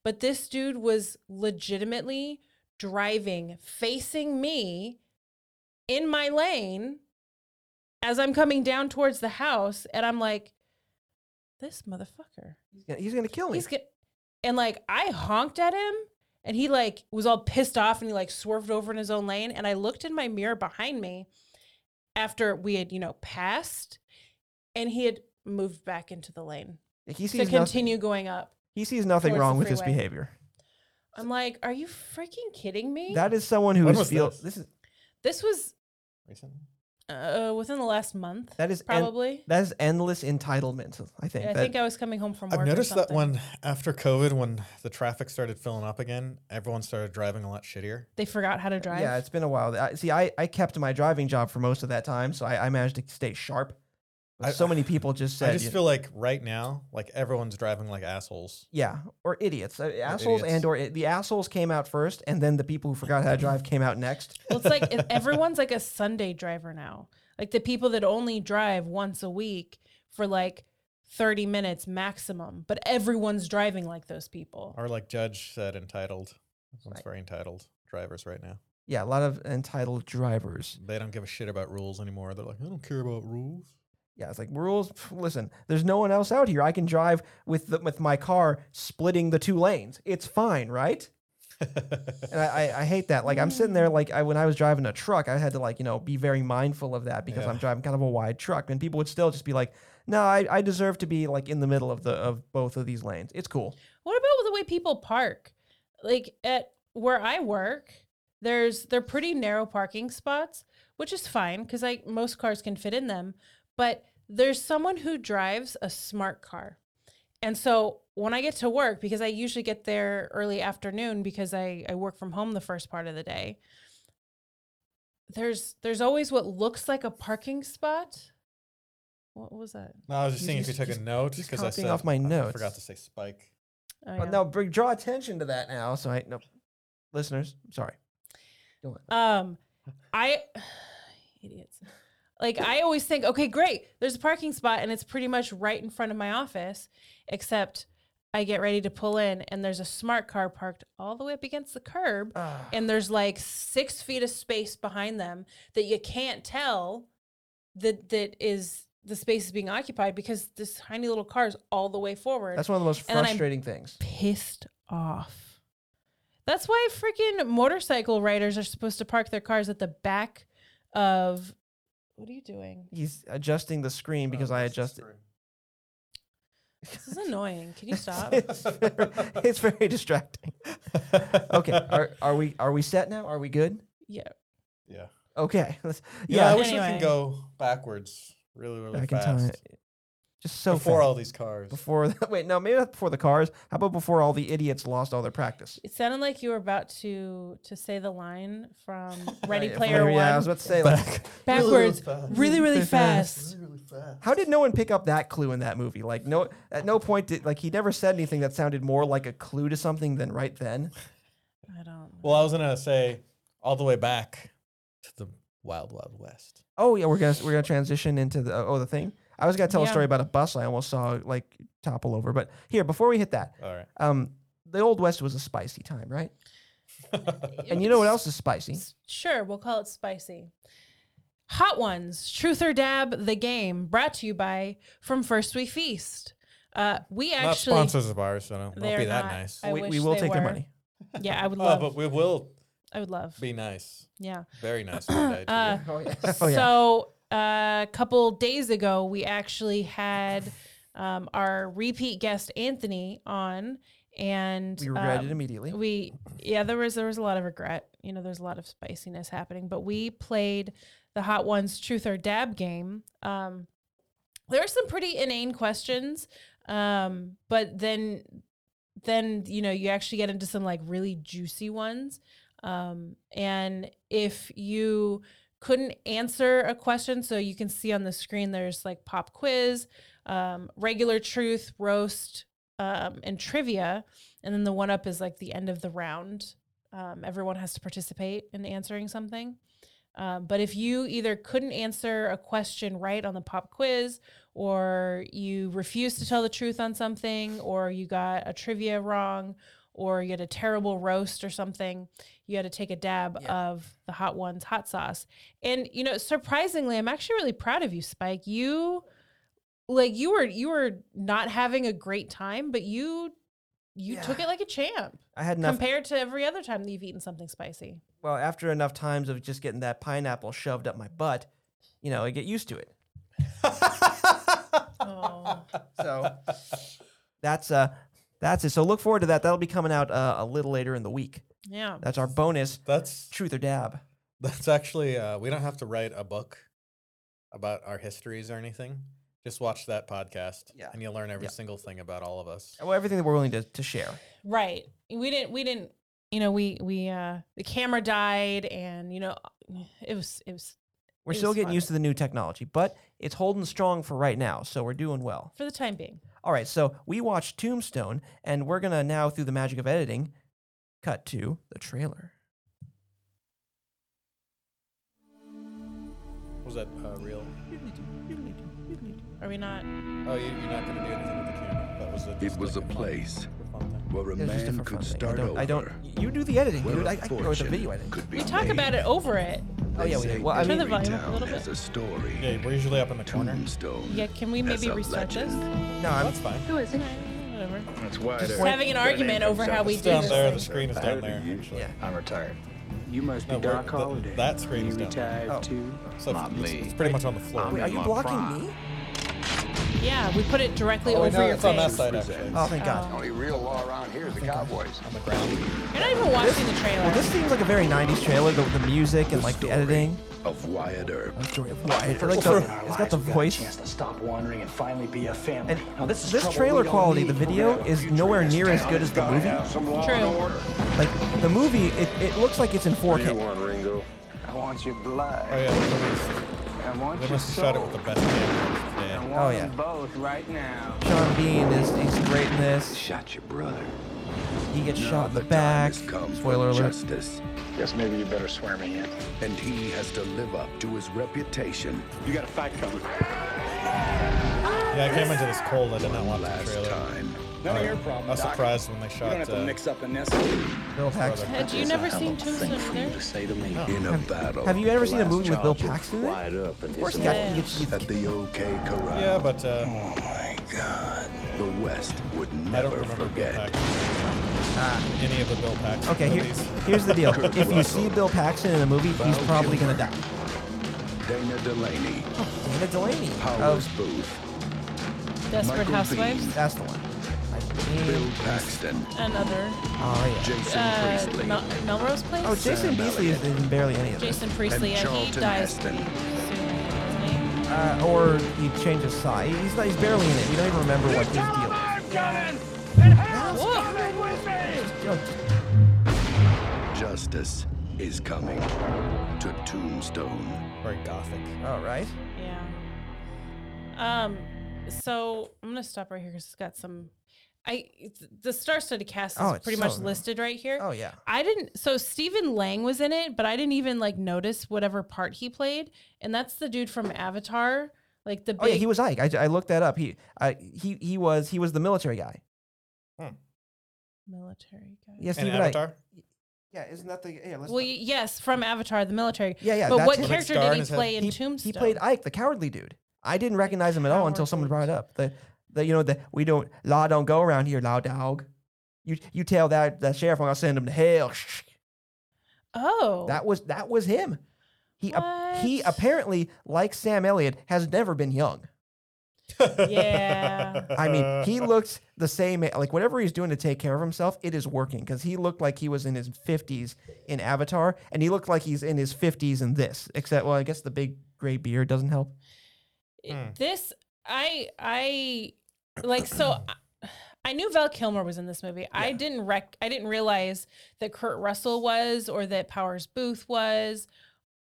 Speaker 3: But this dude was legitimately driving, facing me in my lane as I'm coming down towards the house, and I'm like, this motherfucker.
Speaker 1: He's gonna, he's gonna kill me.
Speaker 3: He's get, and like I honked at him, and he like was all pissed off, and he like swerved over in his own lane. And I looked in my mirror behind me after we had you know passed, and he had moved back into the lane
Speaker 1: Like, he
Speaker 3: to
Speaker 1: sees nothing.
Speaker 3: continue going up.
Speaker 1: He sees nothing
Speaker 3: towards the
Speaker 1: wrong with his
Speaker 3: freeway.
Speaker 1: behavior.
Speaker 3: I'm like, are you freaking kidding me?
Speaker 1: That is someone who
Speaker 2: When
Speaker 1: is
Speaker 2: was
Speaker 1: feel.
Speaker 2: this?
Speaker 1: This is
Speaker 3: this was
Speaker 2: Recently?
Speaker 3: uh, within the last month,
Speaker 1: That is en-
Speaker 3: probably.
Speaker 1: that is endless entitlement. I think.
Speaker 3: I
Speaker 1: that-
Speaker 3: think I was coming home from work.
Speaker 2: I've
Speaker 3: or
Speaker 2: noticed that
Speaker 3: something.
Speaker 2: when after COVID, when the traffic started filling up again, everyone started driving a lot shittier.
Speaker 3: they forgot how to drive.
Speaker 1: Yeah, it's been a while. I, see, I, I kept my driving job for most of that time, so I, I managed to stay sharp. But
Speaker 2: I-
Speaker 1: so many people just said,
Speaker 2: I just
Speaker 1: you-
Speaker 2: feel like right now, like everyone's driving like assholes.
Speaker 1: yeah, or idiots, Uh, assholes,
Speaker 2: idiots.
Speaker 1: and or the assholes came out first, and then the people who forgot how to drive came out next.
Speaker 3: Well, it's like if everyone's like a Sunday driver now. Like the people that only drive once a week for like 30 minutes maximum, but everyone's driving like those people.
Speaker 2: Or like Judge said, entitled. Everyone's
Speaker 1: Right.
Speaker 2: very entitled drivers right now.
Speaker 1: Yeah, a lot of entitled drivers.
Speaker 2: They don't give a shit about rules anymore. They're like, I don't care about rules.
Speaker 1: Yeah, it's like rules. pff, Listen, there's no one else out here. I can drive with the, with my car splitting the two lanes. It's fine, right? And I, I, I hate that. Like I'm sitting there, like I, when I was driving a truck, I had to like you know be very mindful of that because
Speaker 2: Yeah.
Speaker 1: I'm driving kind of a wide truck, and people would still just be like, "No, I, I deserve to be like in the middle of the of both of these lanes. It's cool."
Speaker 3: What about the way people park? Like at where I work, there's they're pretty narrow parking spots, which is fine because like most cars can fit in them. But there's someone who drives a smart car, and so when I get to work, because I usually get there early afternoon because I I work from home the first part of the day. There's there's always what looks like a parking spot. What was that?
Speaker 2: no, I was just
Speaker 1: He's-
Speaker 2: seeing if you
Speaker 1: he's-
Speaker 2: took a
Speaker 1: he's-
Speaker 2: note
Speaker 1: he's
Speaker 2: because I
Speaker 1: copying
Speaker 2: said
Speaker 1: off my
Speaker 2: I forgot
Speaker 1: notes.
Speaker 2: to say spike.
Speaker 3: Oh,
Speaker 1: But
Speaker 3: yeah.
Speaker 1: no, br- draw attention to that now. So I no, listeners, sorry.
Speaker 3: Um, I idiots. Like I always think, okay, great. There's a parking spot and it's pretty much right in front of my office, except I get ready to pull in and there's a smart car parked all the way up against the curb
Speaker 1: Ah,
Speaker 3: and there's like 6 feet of space behind them that you can't tell that that is the space is being occupied because this tiny little car is all the way forward
Speaker 1: that's one of the most
Speaker 3: and then I'm-
Speaker 1: frustrating things.
Speaker 3: pissed off. That's why freaking motorcycle riders are supposed to park their cars at the back of. What are you doing?
Speaker 1: He's adjusting the
Speaker 2: Oh,
Speaker 1: screen because I adjusted.
Speaker 3: This is annoying. Can you stop?
Speaker 1: it's, very, it's very distracting. Okay, are, are we are we set now? Are we good?
Speaker 3: Yeah.
Speaker 2: yeah.
Speaker 1: Okay, let's.
Speaker 2: Yeah, I
Speaker 1: Yeah,
Speaker 2: wish we
Speaker 3: Anyway.
Speaker 2: could go backwards really, really
Speaker 1: back in
Speaker 2: fast.
Speaker 1: time. Just so
Speaker 2: before
Speaker 1: fast.
Speaker 2: all these cars.
Speaker 1: Before the, wait, no, maybe not before the cars. How about before all the idiots lost all their practice?
Speaker 3: It sounded like you were about to to say the line from Ready
Speaker 1: Right,
Speaker 3: Player
Speaker 1: yeah, I was
Speaker 3: One.
Speaker 1: about to say, like,
Speaker 3: Backwards.
Speaker 2: fast.
Speaker 3: Really, really
Speaker 1: Really fast.
Speaker 3: fast.
Speaker 1: how did no one pick up that clue in that movie? Like, no, at no point did like he never said anything that sounded more like a clue to something than right then.
Speaker 3: I don't.
Speaker 2: Well, I was gonna say all the way back to the Wild Wild West.
Speaker 1: Oh yeah, we're gonna we're gonna transition into the oh the thing. I was gonna tell
Speaker 3: Yeah.
Speaker 1: a story about a bus I almost saw like topple over, but here before we hit that,
Speaker 2: All right.
Speaker 1: um, the old west was a spicy time, right? And you know what else is spicy?
Speaker 3: Sure, we'll call it spicy. Hot ones, truth or dab, the game brought to you by From First We Feast. Uh, we
Speaker 2: not
Speaker 3: actually
Speaker 2: sponsors of ours, so don't,
Speaker 3: they're
Speaker 2: don't be that
Speaker 3: not.
Speaker 2: nice.
Speaker 3: I
Speaker 1: we, we
Speaker 3: wish
Speaker 1: will
Speaker 3: they
Speaker 1: take their
Speaker 3: were.
Speaker 1: money.
Speaker 3: Yeah, I
Speaker 1: Uh,
Speaker 3: would
Speaker 2: Oh,
Speaker 3: love.
Speaker 2: but we will
Speaker 3: I would love.
Speaker 2: be nice.
Speaker 3: yeah.
Speaker 2: Very nice. one day to
Speaker 3: Uh,
Speaker 2: you.
Speaker 1: Oh yeah.
Speaker 3: So uh, a couple days ago, we actually had um, our repeat guest Anthony on, and
Speaker 1: we regret
Speaker 3: um,
Speaker 1: it immediately.
Speaker 3: we yeah there was there was a lot of regret you know there's a lot of spiciness happening but we played the hot ones truth or dab game um there were some pretty inane questions um but then then you know you actually get into some like really juicy ones um and if you couldn't answer a question so you can see on the screen there's like pop quiz um regular truth roast um and trivia and then the one up is like the end of the round. Um, everyone has to participate in answering something. Um, but if you either couldn't answer a question right on the pop quiz, or you refused to tell the truth on something, or you got a trivia wrong, or you had a terrible roast or something, you had to take a dab of the hot ones hot sauce. And you know, surprisingly, I'm actually really proud of you, Spike. You like you were you were not having a great time, but you you
Speaker 1: Yeah.
Speaker 3: took it like a champ
Speaker 1: I had enough.
Speaker 3: compared to every other time that you've eaten something spicy.
Speaker 1: well, after enough times of just getting that pineapple shoved up my butt, you know, I get used to it.
Speaker 3: Uh, Oh.
Speaker 1: So that's uh that's it. So look forward to that. That'll be coming out uh, a little later in the week.
Speaker 3: Yeah.
Speaker 1: That's our bonus
Speaker 2: that's
Speaker 1: truth or dab.
Speaker 2: that's actually uh, we don't have to write a book about our histories or anything, just watch that podcast.
Speaker 1: Yeah.
Speaker 2: And you'll learn every
Speaker 1: Yeah.
Speaker 2: single thing about all of us.
Speaker 1: Well, everything that we're willing to, to share.
Speaker 3: Right. We didn't we didn't you know, we we uh the camera died and you know it was it was
Speaker 1: We're
Speaker 3: It
Speaker 1: still
Speaker 3: was
Speaker 1: getting
Speaker 3: fun.
Speaker 1: used to the new technology, but it's holding strong for right now, so we're doing well.
Speaker 3: for the time being.
Speaker 1: All right, so we watched Tombstone, and we're gonna now, through the magic of editing, cut to the trailer.
Speaker 2: Was that uh, real?
Speaker 3: Are we not
Speaker 2: Oh, you, you're not going to do anything with the camera. That was a,
Speaker 4: It
Speaker 2: just
Speaker 4: was a
Speaker 2: like fun-
Speaker 4: place
Speaker 2: a fun thing.
Speaker 4: where a
Speaker 1: It was just a
Speaker 4: man
Speaker 1: for fun
Speaker 4: could
Speaker 1: thing.
Speaker 4: start
Speaker 1: I don't,
Speaker 4: over.
Speaker 1: I don't. You do the editing,
Speaker 4: where
Speaker 1: dude.
Speaker 4: a
Speaker 1: I, I can go with the
Speaker 4: fortune
Speaker 1: video editing.
Speaker 4: could be
Speaker 3: we talk
Speaker 4: made.
Speaker 3: about it over it.
Speaker 1: Oh,
Speaker 4: They
Speaker 1: yeah, we
Speaker 4: say
Speaker 1: did. Well, I
Speaker 3: Turn the
Speaker 4: every
Speaker 3: volume up a
Speaker 4: town
Speaker 3: little bit.
Speaker 4: has a story.
Speaker 2: Yeah, we're usually up in the corner.
Speaker 4: Tombstone.
Speaker 3: Yeah, can we
Speaker 4: as
Speaker 3: maybe
Speaker 4: a
Speaker 3: restart this?
Speaker 4: legend.
Speaker 1: No, I'm,
Speaker 2: That's fine.
Speaker 5: Who is it?
Speaker 3: Whatever.
Speaker 6: That's why
Speaker 1: Just
Speaker 6: they're
Speaker 1: Wait,
Speaker 3: Having an
Speaker 6: that
Speaker 3: argument
Speaker 6: name
Speaker 3: over
Speaker 6: comes
Speaker 3: how
Speaker 6: up.
Speaker 3: we
Speaker 2: It's
Speaker 3: do
Speaker 2: down
Speaker 3: this
Speaker 2: there.
Speaker 3: thing.
Speaker 2: The screen is
Speaker 6: I
Speaker 2: down
Speaker 6: heard
Speaker 2: there.
Speaker 6: you.
Speaker 2: Actually.
Speaker 1: yeah.
Speaker 6: I'm retired.
Speaker 7: You must be
Speaker 2: No, we're-
Speaker 7: Doc
Speaker 2: th-
Speaker 7: Holliday.
Speaker 2: that screen is
Speaker 7: you
Speaker 2: down there.
Speaker 7: retired
Speaker 1: Oh.
Speaker 7: too.
Speaker 2: So
Speaker 6: Not
Speaker 2: it's,
Speaker 6: me.
Speaker 2: it's pretty much on the floor.
Speaker 1: Wait, are you
Speaker 6: my
Speaker 1: blocking
Speaker 6: prime.
Speaker 1: me?
Speaker 3: Yeah, we put it directly
Speaker 2: Oh, wait,
Speaker 3: over
Speaker 2: no,
Speaker 3: your
Speaker 2: it's on that
Speaker 3: face.
Speaker 2: side actually.
Speaker 1: Oh, thank God.
Speaker 4: Only real law around here is the Cowboys.
Speaker 2: On the ground.
Speaker 3: You're not even watching the trailer.
Speaker 1: Well, this seems like a very '90s trailer. The, the music and like the
Speaker 4: Story
Speaker 1: editing.
Speaker 4: of Wyatt Earp.
Speaker 1: The story of why. It's, like the,
Speaker 7: For-
Speaker 1: it's got the
Speaker 7: Got a
Speaker 1: voice.
Speaker 7: chance to stop wandering and finally be a family.
Speaker 1: And
Speaker 7: Now,
Speaker 1: this,
Speaker 7: is
Speaker 1: this
Speaker 7: trouble
Speaker 1: trailer
Speaker 7: we all
Speaker 1: quality, the
Speaker 7: need.
Speaker 1: video is nowhere near as good as the movie.
Speaker 3: True.
Speaker 1: Like the movie, it, it looks like it's in 4K.
Speaker 6: want, Ringo?
Speaker 7: I want your blood.
Speaker 2: Oh yeah, they
Speaker 7: I
Speaker 2: must-
Speaker 7: want
Speaker 2: they
Speaker 7: your
Speaker 2: must have shot it
Speaker 7: soul.
Speaker 2: with the best camera
Speaker 7: I
Speaker 2: today.
Speaker 7: want
Speaker 1: Oh, yeah.
Speaker 7: them both right now.
Speaker 1: Sean Bean is he's great in this.
Speaker 4: Shot your brother.
Speaker 1: He gets
Speaker 4: Now
Speaker 1: shot in the
Speaker 4: time
Speaker 1: back.
Speaker 4: has come for
Speaker 1: Spoiler alert.
Speaker 4: Justice,
Speaker 6: Yes, maybe you better swear me in.
Speaker 4: and he has to live up to his reputation.
Speaker 6: You got a fight coming.
Speaker 2: Yeah, I came into this cold. I did not watch the
Speaker 4: Last
Speaker 2: trailer.
Speaker 4: time,
Speaker 6: None of your
Speaker 2: I was
Speaker 6: problems. Doc.
Speaker 2: surprised when they
Speaker 6: You don't
Speaker 2: shot.
Speaker 6: have to
Speaker 2: Uh,
Speaker 6: mix up in this.
Speaker 1: Bill Paxton.
Speaker 3: Had you never seen Tombstone either?
Speaker 6: say to me.
Speaker 4: in a battle
Speaker 1: Oh, Have you ever seen a movie with Bill
Speaker 6: charge of
Speaker 1: Paxton in it?
Speaker 6: up and
Speaker 1: First
Speaker 6: his
Speaker 1: guy,
Speaker 3: Yeah.
Speaker 1: he gets-
Speaker 4: at the OK Corral.
Speaker 2: yeah, but
Speaker 1: Oh,
Speaker 2: uh,
Speaker 4: The West would
Speaker 2: I don't
Speaker 4: never
Speaker 2: remember Bill
Speaker 4: forget.
Speaker 2: Paxton. Any of the Bill Paxton
Speaker 1: Ah. okay, here,
Speaker 2: movies.
Speaker 1: here's the deal. If you see Bill Paxton in a movie, he's probably gonna die.
Speaker 4: Dana Delaney,
Speaker 2: Oh.
Speaker 1: Dana Delaney.
Speaker 4: Powers
Speaker 1: Oh,
Speaker 4: Booth,
Speaker 3: Desperate
Speaker 4: Michael
Speaker 3: Housewives
Speaker 1: that's the one. I
Speaker 4: Bill
Speaker 1: mean,
Speaker 4: Paxton,
Speaker 3: and other
Speaker 1: oh yeah.
Speaker 4: Jason
Speaker 3: uh,
Speaker 4: Priestley,
Speaker 3: Mel- Melrose Place.
Speaker 1: Oh, Jason Beasley is in barely any of this.
Speaker 3: Jason Priestley, and, he
Speaker 4: Charlton
Speaker 3: dies
Speaker 4: Heston.
Speaker 3: soon.
Speaker 1: Uh, or he changes size. He's, not, he's barely in it. You don't even remember what his deal. is.
Speaker 3: Whoa.
Speaker 4: Justice is coming to Tombstone.
Speaker 2: Very gothic.
Speaker 1: All right.
Speaker 3: Yeah. Um. So I'm gonna stop right here because it's got some. I it's, the star-studded cast is
Speaker 1: Oh, it's
Speaker 3: pretty
Speaker 1: so
Speaker 3: much
Speaker 1: good.
Speaker 3: listed right here.
Speaker 1: Oh yeah.
Speaker 3: I didn't. So Stephen Lang was in it, but I didn't even like notice whatever part he played. And that's the dude from Avatar, like the big.
Speaker 1: Oh yeah, he was Ike. I, I looked that up. He I, he he was he was the military guy.
Speaker 3: military guy.
Speaker 1: Yes,
Speaker 2: And
Speaker 1: he was Ike.
Speaker 2: Avatar.
Speaker 1: Yeah, isn't that the yeah? Let's
Speaker 3: Well, y- yes, from Avatar, the military.
Speaker 1: yeah, yeah.
Speaker 3: but
Speaker 1: that's
Speaker 3: what
Speaker 1: him.
Speaker 2: With a
Speaker 3: character
Speaker 2: scar
Speaker 3: did
Speaker 2: in
Speaker 3: he
Speaker 2: his head.
Speaker 3: play in
Speaker 1: he,
Speaker 3: Tombstone?
Speaker 1: He played Ike, the cowardly dude. I didn't recognize him at all until someone brought
Speaker 3: Cowardly.
Speaker 1: it up. The, the you know the we don't law don't go around here, law dog. You you tell that that sheriff I'm gonna send him to hell.
Speaker 3: Oh,
Speaker 1: That was that was him. He ap- he
Speaker 3: What?
Speaker 1: apparently like Sam Elliott has never been young.
Speaker 3: Yeah.
Speaker 1: I mean, he looks the same. eh, Like whatever he's doing to take care of himself, it is working because he looked like he was in his fifties in Avatar, and he looked like he's in his fifties in this. Except, well, I guess the big gray beard doesn't help.
Speaker 2: Hmm.
Speaker 3: this I I like so I- I knew Val Kilmer was in this movie. I didn't rec I didn't realize that Kurt Russell was or that Powers Booth was.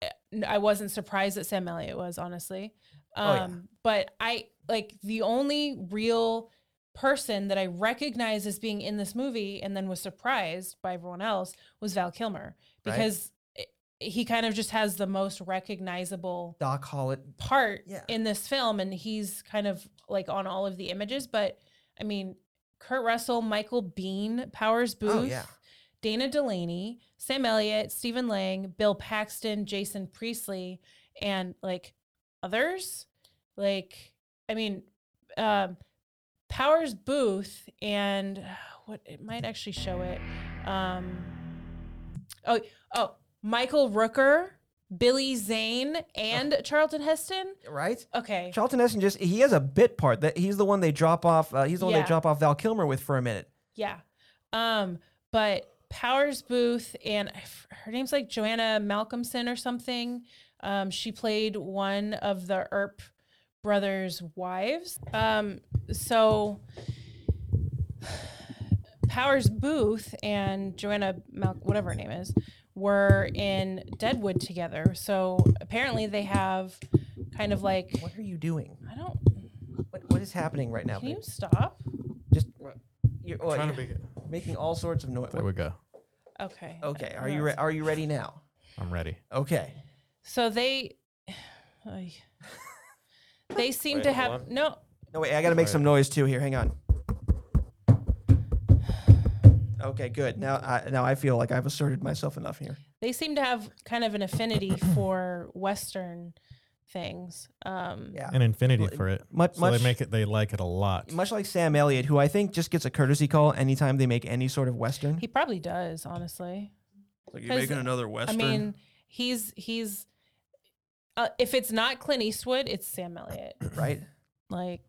Speaker 3: Uh, n- I wasn't surprised that Sam Elliott was honestly. Um
Speaker 1: Oh, yeah.
Speaker 3: but I like the only real person that I recognized as being in this movie and then was surprised by everyone else was Val Kilmer
Speaker 1: Right.
Speaker 3: because it- he kind of just has the most recognizable
Speaker 1: Doc Hollett.
Speaker 3: part
Speaker 1: Yeah.
Speaker 3: in this film and he's kind of like on all of the images but i mean kurt russell michael bean powers booth
Speaker 1: Oh yeah,
Speaker 3: dana delaney sam elliott stephen lang bill paxton jason priestley and like others like i mean um powers booth and uh, what it might actually show it um oh oh michael rooker billy zane and charlton heston
Speaker 1: right.
Speaker 3: Okay.
Speaker 1: Charlton Heston just he has a bit part that he's the one they drop off. Uh, he's the one
Speaker 3: Yeah.
Speaker 1: they drop off Val Kilmer with for a minute.
Speaker 3: Yeah. Um, but Powers Booth and I f- her name's like Joanna Malcolmson or something. Um, she played one of the Earp brothers' wives. Um, so Powers Booth and Joanna Mal- whatever her name is were in Deadwood together. So apparently they have kind of like
Speaker 1: What are you doing?
Speaker 3: I don't.
Speaker 1: What, what is happening right now?
Speaker 3: Can you
Speaker 1: babe?
Speaker 3: stop?
Speaker 1: Just you're, oh,
Speaker 2: Trying to
Speaker 1: you're
Speaker 2: be.
Speaker 1: making all sorts of noise.
Speaker 2: There we go.
Speaker 3: Okay.
Speaker 1: Okay, are
Speaker 3: No,
Speaker 1: you
Speaker 3: it's
Speaker 1: re- are you ready now?
Speaker 2: I'm ready.
Speaker 1: Okay.
Speaker 3: So they, Ay. they seem
Speaker 2: Wait,
Speaker 3: to
Speaker 2: hold
Speaker 3: have
Speaker 2: on.
Speaker 3: no.
Speaker 1: No wait, I gotta make
Speaker 2: Alright.
Speaker 1: some noise too here. Hang on. Okay, good. Now I now I feel like I've asserted myself enough here.
Speaker 3: They seem to have kind of an affinity for Western things. Um,
Speaker 1: Yeah.
Speaker 2: An infinity
Speaker 1: Uh, Well,
Speaker 2: for it.
Speaker 1: much-
Speaker 2: so
Speaker 1: much-
Speaker 2: they make it. They like it a lot.
Speaker 1: Much like Sam Elliott, who I think just gets a courtesy call anytime they make any sort of western.
Speaker 3: He probably does, honestly.
Speaker 1: like
Speaker 3: you're 'cause, making
Speaker 1: another western.
Speaker 3: I mean, he's he's. Uh, if it's not Clint Eastwood, it's Sam Elliott.
Speaker 1: right?
Speaker 3: Like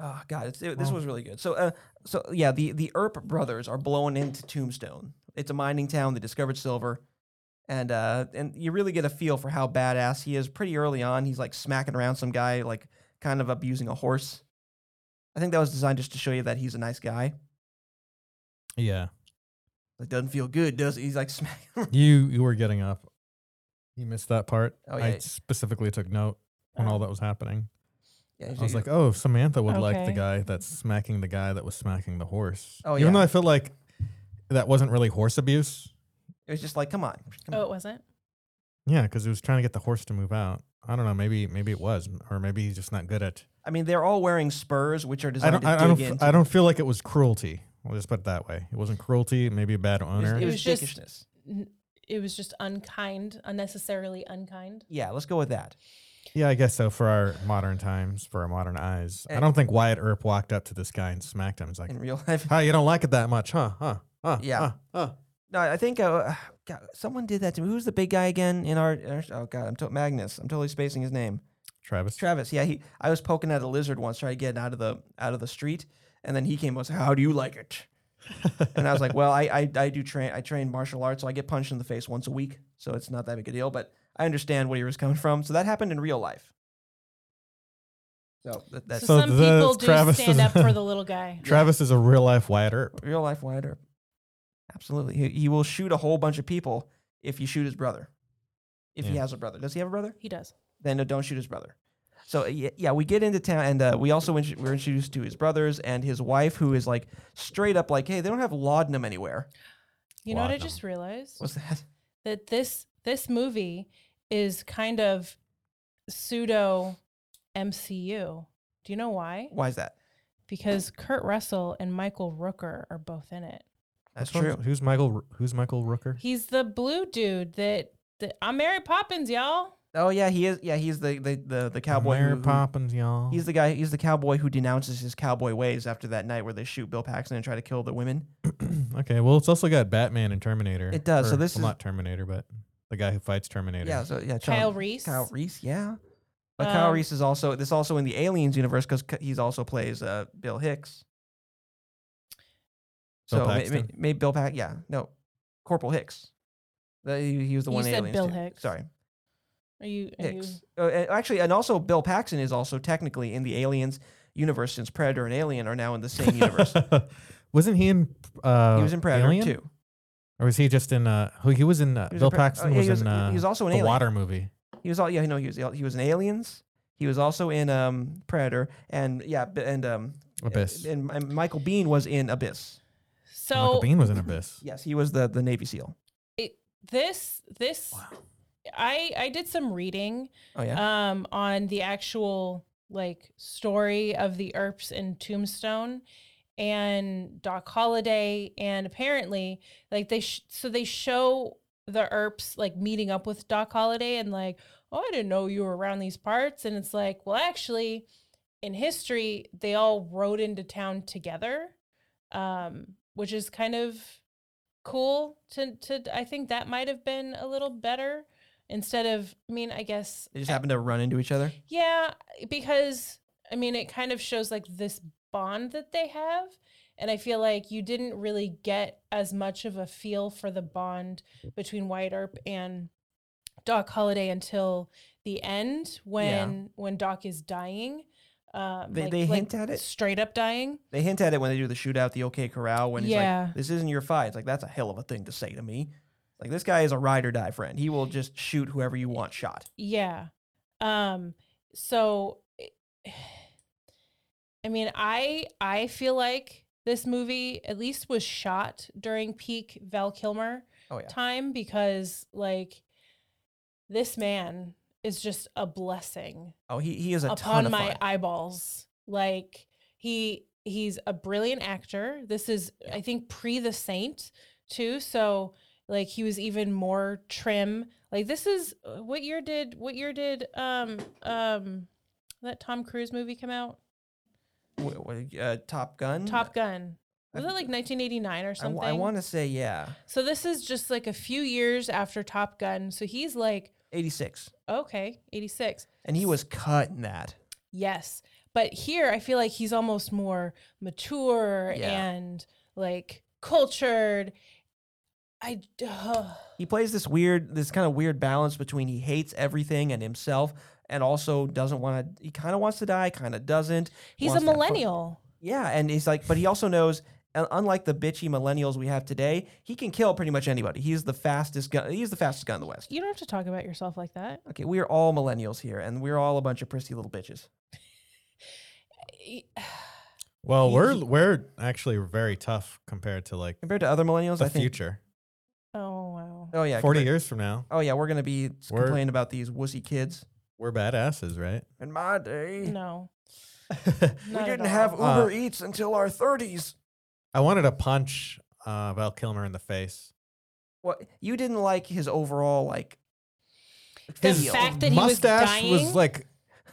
Speaker 1: Oh god, it's, it, this was really good. So, uh, so yeah, the the Earp brothers are blown into Tombstone. It's a mining town. They discovered silver, and uh, and you really get a feel for how badass he is pretty early on. He's like smacking around some guy, like kind of abusing a horse. I think that was designed just to show you that he's a nice guy.
Speaker 2: yeah.
Speaker 1: Like doesn't feel good, does it? He's like smacking.
Speaker 2: You you were getting up. You missed that part.
Speaker 1: Oh,
Speaker 2: I
Speaker 1: yeah.
Speaker 2: specifically took note when all that was happening.
Speaker 1: yeah,
Speaker 2: I was like, oh, Samantha would like the
Speaker 3: Okay.
Speaker 2: guy that's smacking the guy that was smacking the horse.
Speaker 1: Oh,
Speaker 2: Even though
Speaker 1: yeah.
Speaker 2: I feel like that wasn't really horse abuse.
Speaker 1: it was just like, come on, come
Speaker 3: oh,
Speaker 1: on.
Speaker 3: it wasn't.
Speaker 2: Yeah, because he was trying to get the horse to move out. I don't know. Maybe maybe it was, or maybe he's just not good at.
Speaker 1: I mean, they're all wearing spurs, which are
Speaker 2: I
Speaker 1: designed
Speaker 2: don't. I, I
Speaker 1: to
Speaker 2: don't.
Speaker 1: dig
Speaker 2: f-
Speaker 1: into.
Speaker 2: I don't feel like it was cruelty. We'll just put it that way. It wasn't cruelty. Maybe a bad
Speaker 1: It was-
Speaker 2: owner.
Speaker 1: it
Speaker 3: It
Speaker 1: was
Speaker 3: was just-
Speaker 1: dickishness.
Speaker 3: N- It was just unkind, unnecessarily unkind.
Speaker 1: Yeah, let's go with that.
Speaker 2: yeah, I guess so. For our modern times, for our modern eyes, I
Speaker 1: And-
Speaker 2: don't think Wyatt Earp walked up to this guy and smacked him. He's like,
Speaker 1: In real life,
Speaker 2: "Huh, you don't like it that much, huh? Huh? Huh?
Speaker 1: Yeah.
Speaker 2: Huh? huh.
Speaker 1: No, I think uh, God, someone did that to me. Who's the big guy again in our? in our oh God, I'm to- Magnus. I'm totally spacing his name.
Speaker 2: Travis.
Speaker 1: Travis. Yeah, he. I was poking at a lizard once, trying to get it out of the out of the street, and then he came. and was like, "How do you like it?" and I was like, "Well, I I, I do train. I train martial arts, so I get punched in the face once a week, so it's not that big a deal." But I understand where he was coming from. So that happened in real life. So that, that's
Speaker 3: So,
Speaker 2: So
Speaker 3: some
Speaker 2: the-
Speaker 3: people do
Speaker 2: Travis
Speaker 3: stand
Speaker 2: is-
Speaker 3: up for the little guy.
Speaker 2: Travis is a real life Wyatt Earp.
Speaker 1: real life Wyatt Earp. Absolutely, he, he will shoot a whole bunch of people if you shoot his brother. If he
Speaker 2: Yeah.
Speaker 1: has a brother, does he have a brother?
Speaker 3: He does.
Speaker 1: then no, don't shoot his brother. So yeah, yeah we get into town, and uh, we also int- we're introduced to his brothers and his wife, who is like straight up like, "Hey, they don't have laudanum anywhere."
Speaker 3: You know what I
Speaker 2: Laudanum.
Speaker 3: just realized?
Speaker 1: What's that?
Speaker 3: that this this movie is kind of pseudo MCU. Do you know why?
Speaker 1: Why is that?
Speaker 3: Because Kurt Russell and Michael Rooker are both in it.
Speaker 1: That's
Speaker 2: Which one's-
Speaker 1: true.
Speaker 2: Who's Michael? Ru- Who's Michael Rooker?
Speaker 3: He's the blue dude that, that I'm Mary Poppins, y'all.
Speaker 1: Oh yeah, he is. Yeah, he's the the the, the cowboy. who-
Speaker 2: Mary
Speaker 1: who-
Speaker 2: Poppins, y'all.
Speaker 1: he's the guy. He's the cowboy who denounces his cowboy ways after that night where they shoot Bill Paxton and try to kill the women.
Speaker 2: okay. Well, it's also got Batman and Terminator.
Speaker 1: It does, so
Speaker 2: Or,
Speaker 1: this
Speaker 2: well,
Speaker 1: is-
Speaker 2: not Terminator, but the guy who fights Terminator.
Speaker 1: Yeah. So yeah, John,
Speaker 3: Kyle Reese.
Speaker 1: Kyle Reese. Yeah. But Kyle
Speaker 3: Um,
Speaker 1: Reese is also this is also in the Aliens universe because he's also plays uh, Bill Hicks.
Speaker 2: Bill
Speaker 1: so maybe may,
Speaker 2: Paxton.
Speaker 1: may Bill Pack, yeah, no, Corporal Hicks. The- he, he was the
Speaker 3: You
Speaker 1: one.
Speaker 3: said
Speaker 1: aliens
Speaker 3: Bill
Speaker 1: to.
Speaker 3: Hicks.
Speaker 1: Sorry,
Speaker 3: Are you? Are you
Speaker 1: Hicks. Uh, and actually, and also Bill Paxton is also technically in the Aliens universe since Predator and Alien are now in the same universe.
Speaker 2: Wasn't he in? Uh,
Speaker 1: he was in Predator
Speaker 2: Alien?
Speaker 1: too.
Speaker 2: or was he just in? Uh, who he was in? Uh,
Speaker 1: He was
Speaker 2: Bill
Speaker 1: in Pre- oh,
Speaker 2: Paxton
Speaker 1: yeah,
Speaker 2: was,
Speaker 1: he was-
Speaker 2: in. Uh,
Speaker 1: he was also in
Speaker 2: the
Speaker 1: Alien.
Speaker 2: Water movie.
Speaker 1: He was all yeah, no, he was he was in Aliens. He was also in um, Predator and yeah, b- and um,
Speaker 2: Abyss.
Speaker 1: and, and Michael Bean was in Abyss.
Speaker 2: Michael
Speaker 3: so
Speaker 2: Bean was in Abyss.
Speaker 1: Yes, he was the the Navy SEAL.
Speaker 3: this this I I did some reading
Speaker 1: Oh yeah,
Speaker 3: um on the actual like story of the Earps and Tombstone and Doc Holliday and apparently like they sh- so they show the Earps like meeting up with Doc Holliday and like oh I didn't know you were around these parts and it's like well actually in history they all rode into town together um which is kind of cool to to I think that might have been a little better instead of I mean I guess
Speaker 1: they just happened to run into each other.
Speaker 3: yeah, because I mean, it kind of shows like this bond that they have. And I feel like you didn't really get as much of a feel for the bond between White Earp and Doc Holiday until the end when when Doc is dying. Um,
Speaker 1: They-
Speaker 3: like-
Speaker 1: they
Speaker 3: like
Speaker 1: hint at it?
Speaker 3: straight up dying.
Speaker 1: They hint at it when they do the shootout, the OK Corral, when he's
Speaker 3: Yeah.
Speaker 1: like, "This isn't your fight." It's like that's a hell of a thing to say to me. Like this guy is a ride or die friend. He will just shoot whoever you want shot.
Speaker 3: Yeah. Um so it- I mean, I I feel like this movie at least was shot during peak Val Kilmer
Speaker 1: Oh yeah,
Speaker 3: time because like this man is just a blessing
Speaker 1: Oh, he, he is a ton
Speaker 3: upon
Speaker 1: of
Speaker 3: my
Speaker 1: fun.
Speaker 3: eyeballs. Like he he's a brilliant actor. This is I think pre the Saint too. So like he was even more trim. Like this is uh, what year did what year did um um that Tom Cruise movie come out?
Speaker 1: W- w- uh, Top Gun.
Speaker 3: Top Gun. Was
Speaker 1: I-
Speaker 3: that like 1989 or
Speaker 1: I w-
Speaker 3: something?
Speaker 1: I want to say yeah,
Speaker 3: so this is just like a few years after Top Gun. So he's like
Speaker 1: eighty six,
Speaker 3: okay, 86.
Speaker 1: and he was cut in that.
Speaker 3: Yes. But here I feel like he's almost more mature
Speaker 1: Yeah.
Speaker 3: and like cultured. I
Speaker 1: He plays this weird, this kind of weird balance between he hates everything and himself, and also doesn't want to. He kind of wants to die, kind of doesn't.
Speaker 3: he's a
Speaker 1: wants that fun-
Speaker 3: millennial.
Speaker 1: Yeah, and he's like, but he also knows, un- unlike the bitchy millennials we have today, he can kill pretty much anybody. He's the fastest gun. He's the fastest gun in the West.
Speaker 3: You don't have to talk about yourself like that.
Speaker 1: Okay, we are all millennials here, and we're all a bunch of prissy little bitches.
Speaker 3: Y-
Speaker 2: Well,
Speaker 1: He-
Speaker 2: we're
Speaker 1: he-
Speaker 2: we're actually very tough compared to like
Speaker 1: Compared to other millennials,
Speaker 2: the
Speaker 1: I think.
Speaker 2: future.
Speaker 3: Oh wow.
Speaker 1: Oh yeah,
Speaker 2: Forty
Speaker 1: compared-
Speaker 2: years from now,
Speaker 1: Oh yeah, we're gonna be s-
Speaker 2: We're-
Speaker 1: complaining about these wussy kids.
Speaker 2: we're badasses, right?
Speaker 1: In my day,
Speaker 3: No.
Speaker 1: we
Speaker 3: not at
Speaker 1: didn't
Speaker 3: all.
Speaker 1: have
Speaker 2: Uh,
Speaker 1: Uber Eats until our thirties.
Speaker 2: I wanted to punch uh, Val Kilmer in the face.
Speaker 1: What you didn't like his overall like
Speaker 3: The
Speaker 1: feel.
Speaker 3: fact that he was
Speaker 2: mustache was,
Speaker 3: dying-
Speaker 2: like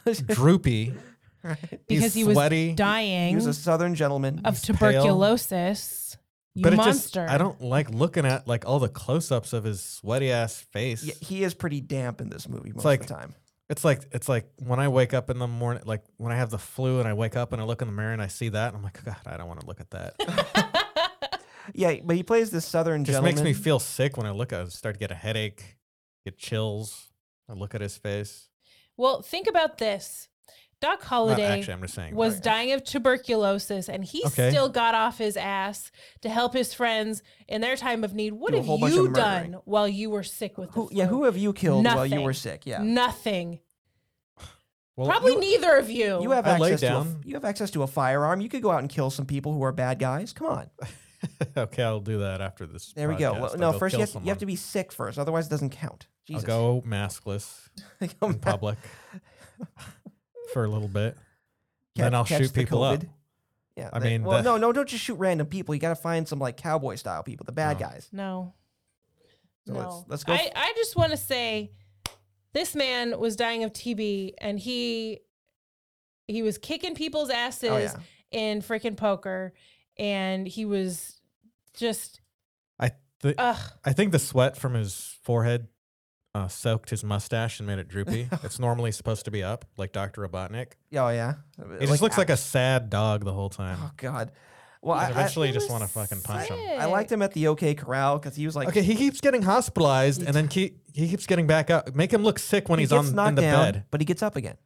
Speaker 2: droopy.
Speaker 1: Right?
Speaker 3: because he
Speaker 2: He's
Speaker 3: was
Speaker 2: sweaty.
Speaker 1: he
Speaker 3: dying
Speaker 1: was a southern gentleman.
Speaker 3: of
Speaker 2: pale.
Speaker 3: tuberculosis. You
Speaker 2: but it
Speaker 3: monster.
Speaker 2: just I don't like looking at like all the close-ups of his sweaty ass face.
Speaker 1: Yeah, he is pretty damp in this movie most
Speaker 2: like-
Speaker 1: of the time.
Speaker 2: It's like it's like when I wake up in the morning, like when I have the flu and I wake up and I look in the mirror and I see that, and I'm like, God, I don't want to look at that. It
Speaker 1: Yeah, but he plays this southern
Speaker 2: just
Speaker 1: gentleman.
Speaker 2: makes me feel sick when I look. at it. I start to get a headache, get chills. I look at his face.
Speaker 3: Well, think about this. Doc
Speaker 2: Not
Speaker 3: Holliday
Speaker 2: actually, I'm just saying.
Speaker 3: was dying of tuberculosis and he
Speaker 2: Okay.
Speaker 3: still got off his ass to help his friends in their time of need. What
Speaker 1: Do a whole
Speaker 3: have
Speaker 1: bunch of
Speaker 3: you
Speaker 1: murdering.
Speaker 3: done while you were sick with the
Speaker 1: Who, yeah,
Speaker 3: flu?
Speaker 1: who have you killed while you were
Speaker 3: Nothing.
Speaker 1: sick? Yeah,
Speaker 3: Nothing.
Speaker 2: Well,
Speaker 3: Probably
Speaker 2: you-
Speaker 3: neither of you.
Speaker 1: you have
Speaker 2: I lay
Speaker 1: access. To a, f-
Speaker 2: down.
Speaker 1: you have access to a firearm. You could go out and kill some people who are bad guys. Come on,
Speaker 2: okay, I'll do that after this.
Speaker 1: there we go.
Speaker 2: podcast.
Speaker 1: Well,
Speaker 2: I'll
Speaker 1: no,
Speaker 2: go
Speaker 1: first you
Speaker 2: kill
Speaker 1: have, to- you have
Speaker 2: someone.
Speaker 1: to be sick first, otherwise it doesn't count. Jesus, oh
Speaker 2: I'll go maskless
Speaker 1: Go
Speaker 2: in
Speaker 1: back,
Speaker 2: public for a little bit.
Speaker 1: ca-
Speaker 2: then I'll
Speaker 1: catch
Speaker 2: shoot
Speaker 1: the
Speaker 2: people up.
Speaker 1: COVID. Yeah,
Speaker 2: I
Speaker 1: they-
Speaker 2: mean,
Speaker 1: well,
Speaker 2: the-
Speaker 1: no, no, don't just shoot random people. You got to find some like cowboy style people, the bad
Speaker 2: No.
Speaker 1: guys.
Speaker 3: No.
Speaker 1: So
Speaker 3: no.
Speaker 1: let's- let's go
Speaker 3: I,
Speaker 1: f-
Speaker 3: I just want to say this man was dying of TB and he he was kicking people's asses
Speaker 1: Oh yeah,
Speaker 3: in freaking poker and he was just
Speaker 2: I th-
Speaker 3: ugh
Speaker 2: I think the sweat from his forehead uh, soaked his mustache and made it droopy. it's normally supposed to be up, like Doctor Robotnik.
Speaker 1: Yeah, oh yeah.
Speaker 2: He just looks like a sad dog the whole time.
Speaker 1: oh god. Well, I,
Speaker 2: He's
Speaker 1: I,
Speaker 2: eventually
Speaker 3: He
Speaker 2: just
Speaker 3: was
Speaker 2: want to fucking punch him.
Speaker 1: I liked him at the OK Corral because he was like
Speaker 2: Okay, he keeps getting hospitalized and then keep, he keeps getting back up. Make him look sick when
Speaker 1: he
Speaker 2: he's
Speaker 1: gets
Speaker 2: on in
Speaker 1: knocked
Speaker 2: the
Speaker 1: down,
Speaker 2: bed.
Speaker 1: but he gets up again.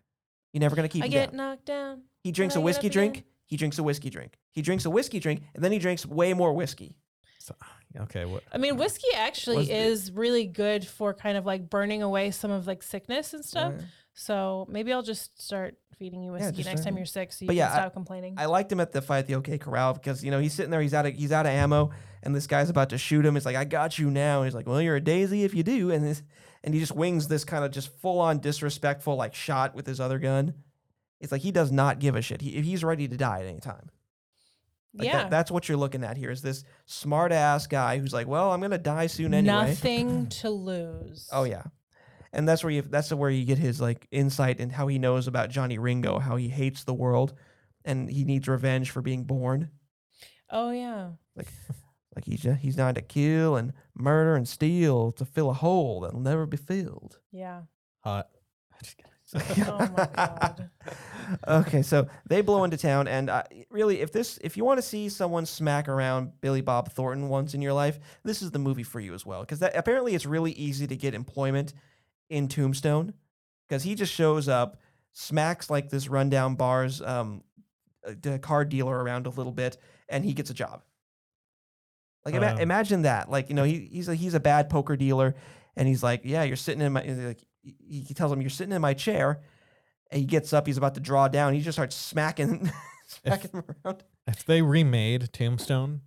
Speaker 1: You're never gonna keep
Speaker 3: I
Speaker 1: him down.
Speaker 3: get knocked down.
Speaker 1: He drinks a
Speaker 3: I get
Speaker 1: whiskey
Speaker 3: up again?
Speaker 1: drink. He drinks a whiskey drink. He drinks a whiskey drink, and then he drinks way more whiskey.
Speaker 2: So, okay, what?
Speaker 3: I mean, whiskey actually
Speaker 1: Was-
Speaker 3: is really good for kind of like burning away some of like sickness and stuff.
Speaker 1: Uh,
Speaker 3: So maybe I'll just start feeding you whiskey
Speaker 1: just
Speaker 3: next time
Speaker 1: start-
Speaker 3: you're sick, so you
Speaker 1: But
Speaker 3: can
Speaker 1: yeah, I-
Speaker 3: stop complaining.
Speaker 1: I liked him at the fight at the OK Corral because you know he's sitting there, he's out of he's out of ammo, and this guy's about to shoot him. It's like I got you now. And he's like, well, you're a daisy if you do, and this, and he just wings this kind of just full on disrespectful like shot with his other gun. It's like he does not give a shit. He, he's ready to die at any time. Like
Speaker 3: yeah,
Speaker 1: that, that's what you're looking at here is this smart ass guy who's like, well, I'm gonna die soon anyway.
Speaker 3: nothing to lose.
Speaker 1: Oh yeah, and that's where you that's where you get his like insight and how he knows about Johnny Ringo, how he hates the world, and he needs revenge for being born.
Speaker 3: Oh yeah.
Speaker 1: Like he's ju- he's trying to kill and murder and steal to fill a hole that'll never be filled.
Speaker 3: Yeah.
Speaker 2: Hot.
Speaker 3: Oh my god.
Speaker 1: okay, so they blow into town, and uh, really, if this if you want to see someone smack around Billy Bob Thornton once in your life, this is the movie for you as well, because apparently it's really easy to get employment in Tombstone because he just shows up, smacks like this rundown bar's um, uh, d- car dealer around a little bit, and he gets a job. Like ima-
Speaker 2: Wow.
Speaker 1: imagine that. Like you know he he's a, he's a bad poker dealer, and he's like, yeah, you're sitting in my. he's Like, he, he tells him you're sitting in my chair, and he gets up. He's about to draw down. He just starts smacking, smacking him around.
Speaker 2: If they remade Tombstone,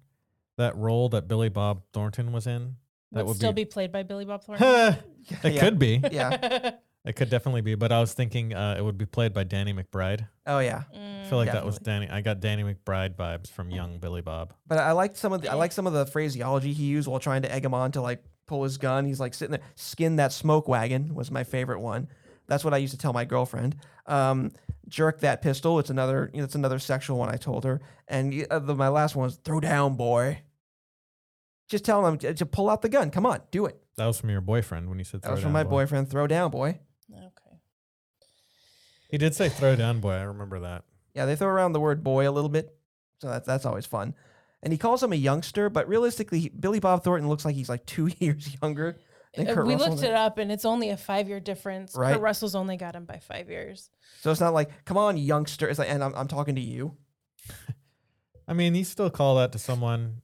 Speaker 2: that role that Billy Bob Thornton was in, that
Speaker 3: would,
Speaker 2: would
Speaker 3: still
Speaker 2: be.
Speaker 3: be played by Billy Bob Thornton.
Speaker 2: it
Speaker 1: Yeah.
Speaker 2: could be.
Speaker 1: Yeah.
Speaker 2: It could definitely be. But I was thinking uh, it would be played by Danny McBride.
Speaker 1: Oh yeah.
Speaker 2: I
Speaker 3: Mm,
Speaker 2: feel like that was Danny. I got Danny McBride vibes from young Billy Bob.
Speaker 1: But I liked some of the I like some of the phraseology he used while trying to egg him on to like pull his gun. He's like sitting there, skin that smoke wagon was my favorite one. That's what I used to tell my girlfriend. Um, jerk that pistol. It's another you know, it's another sexual one I told her. And y- uh, the, my last one was throw down, boy. Just tell him to, to pull out the gun. Come on, do it.
Speaker 2: That was from your boyfriend when you said.
Speaker 1: That was
Speaker 2: "Throw
Speaker 1: from my
Speaker 2: Down Boy."
Speaker 1: boyfriend. Throw down, boy.
Speaker 3: okay.
Speaker 2: He did say "throw down, boy." I remember that.
Speaker 1: Yeah, they throw around the word boy a little bit, so that's that's always fun. And he calls him a youngster, but realistically, he- Billy Bob Thornton looks like he's like two years younger than
Speaker 3: Uh,
Speaker 1: Kurt
Speaker 3: we
Speaker 1: Russell.
Speaker 3: looked it up, and it's only a five-year difference.
Speaker 1: Right.
Speaker 3: Kurt Russell's only got him by five years.
Speaker 1: So it's not like, come on, youngster. It's like, and I'm, I'm talking to you.
Speaker 2: I mean, you still call that to someone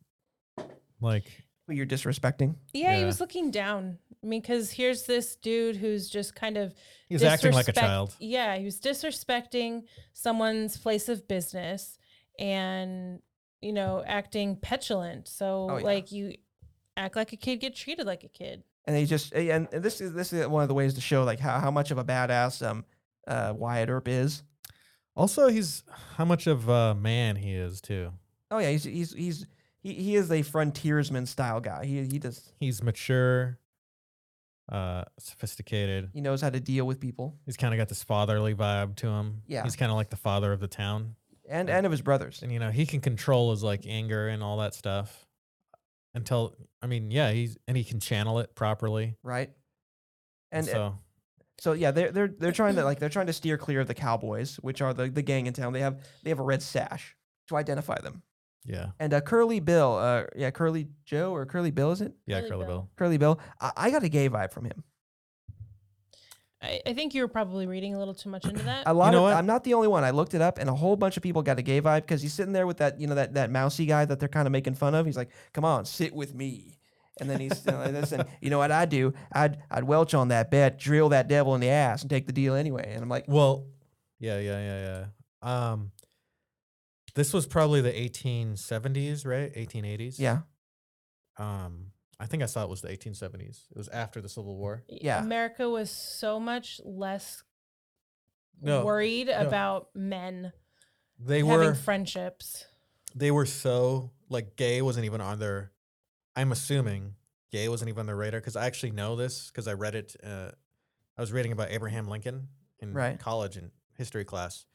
Speaker 2: like
Speaker 1: Who you're disrespecting?
Speaker 3: Yeah, he
Speaker 2: Yeah.
Speaker 3: was looking down. I mean, because here's this dude who's just kind of
Speaker 2: he's acting like a
Speaker 3: disrespect-
Speaker 2: child.
Speaker 3: Yeah, he was disrespecting someone's place of business and you know acting petulant. So
Speaker 1: Oh, yeah.
Speaker 3: like you act like a kid, get treated like a kid.
Speaker 1: And he just, and and this is this is one of the ways to show like how, how much of a badass um uh Wyatt Earp is.
Speaker 2: Also, he's how much of a man he is too.
Speaker 1: Oh yeah, he's he's he's he, he is a frontiersman style guy. He he does
Speaker 2: He's mature, uh, sophisticated.
Speaker 1: he knows how to deal with people
Speaker 2: He's kind of got this fatherly vibe to him.
Speaker 1: Yeah.
Speaker 2: he's kind of like the father of the town,
Speaker 1: and and of his brothers.
Speaker 2: and you know he can control his like anger and all that stuff. Until I mean, yeah, he's and he can channel it properly.
Speaker 1: Right. And
Speaker 2: And so,
Speaker 1: So yeah, they're they're they're trying to like they're trying to steer clear of the Cowboys, which are the, the gang in town. They have they have a red sash to identify them.
Speaker 2: yeah,
Speaker 1: And uh, Curly Bill, uh, yeah, Curly Joe or Curly Bill is it?
Speaker 2: yeah,
Speaker 3: Curly
Speaker 2: Curly
Speaker 3: Bill.
Speaker 2: Bill.
Speaker 1: Curly Bill. I, I got a gay vibe from him.
Speaker 3: I, I think you were probably reading a little too much into that.
Speaker 1: A lot
Speaker 2: know
Speaker 1: of
Speaker 2: what?
Speaker 1: I'm not the only one. I looked it up, and a whole bunch of people got a gay vibe because he's sitting there with that you know that that mousy guy that they're kind of making fun of. He's like, "Come on, sit with me." And then he's you know, like this, and you know what I do? I'd I'd welch on that bet, drill that devil in the ass, and take the deal anyway. And I'm like,
Speaker 2: Well, yeah, yeah, yeah, yeah. Um, this was probably the 1870s, right? 1880s.
Speaker 1: yeah,
Speaker 2: Um, I think I saw it was the 1870s. It was after the Civil War.
Speaker 1: yeah.
Speaker 3: America was so much less
Speaker 2: No,
Speaker 3: worried
Speaker 2: no.
Speaker 3: about men
Speaker 2: They
Speaker 3: having
Speaker 2: were
Speaker 3: friendships.
Speaker 2: they were so like gay wasn't even on their. I'm assuming gay wasn't even on their radar because I actually know this because I read it. Uh, I was reading about Abraham Lincoln in
Speaker 1: Right.
Speaker 2: college in history class,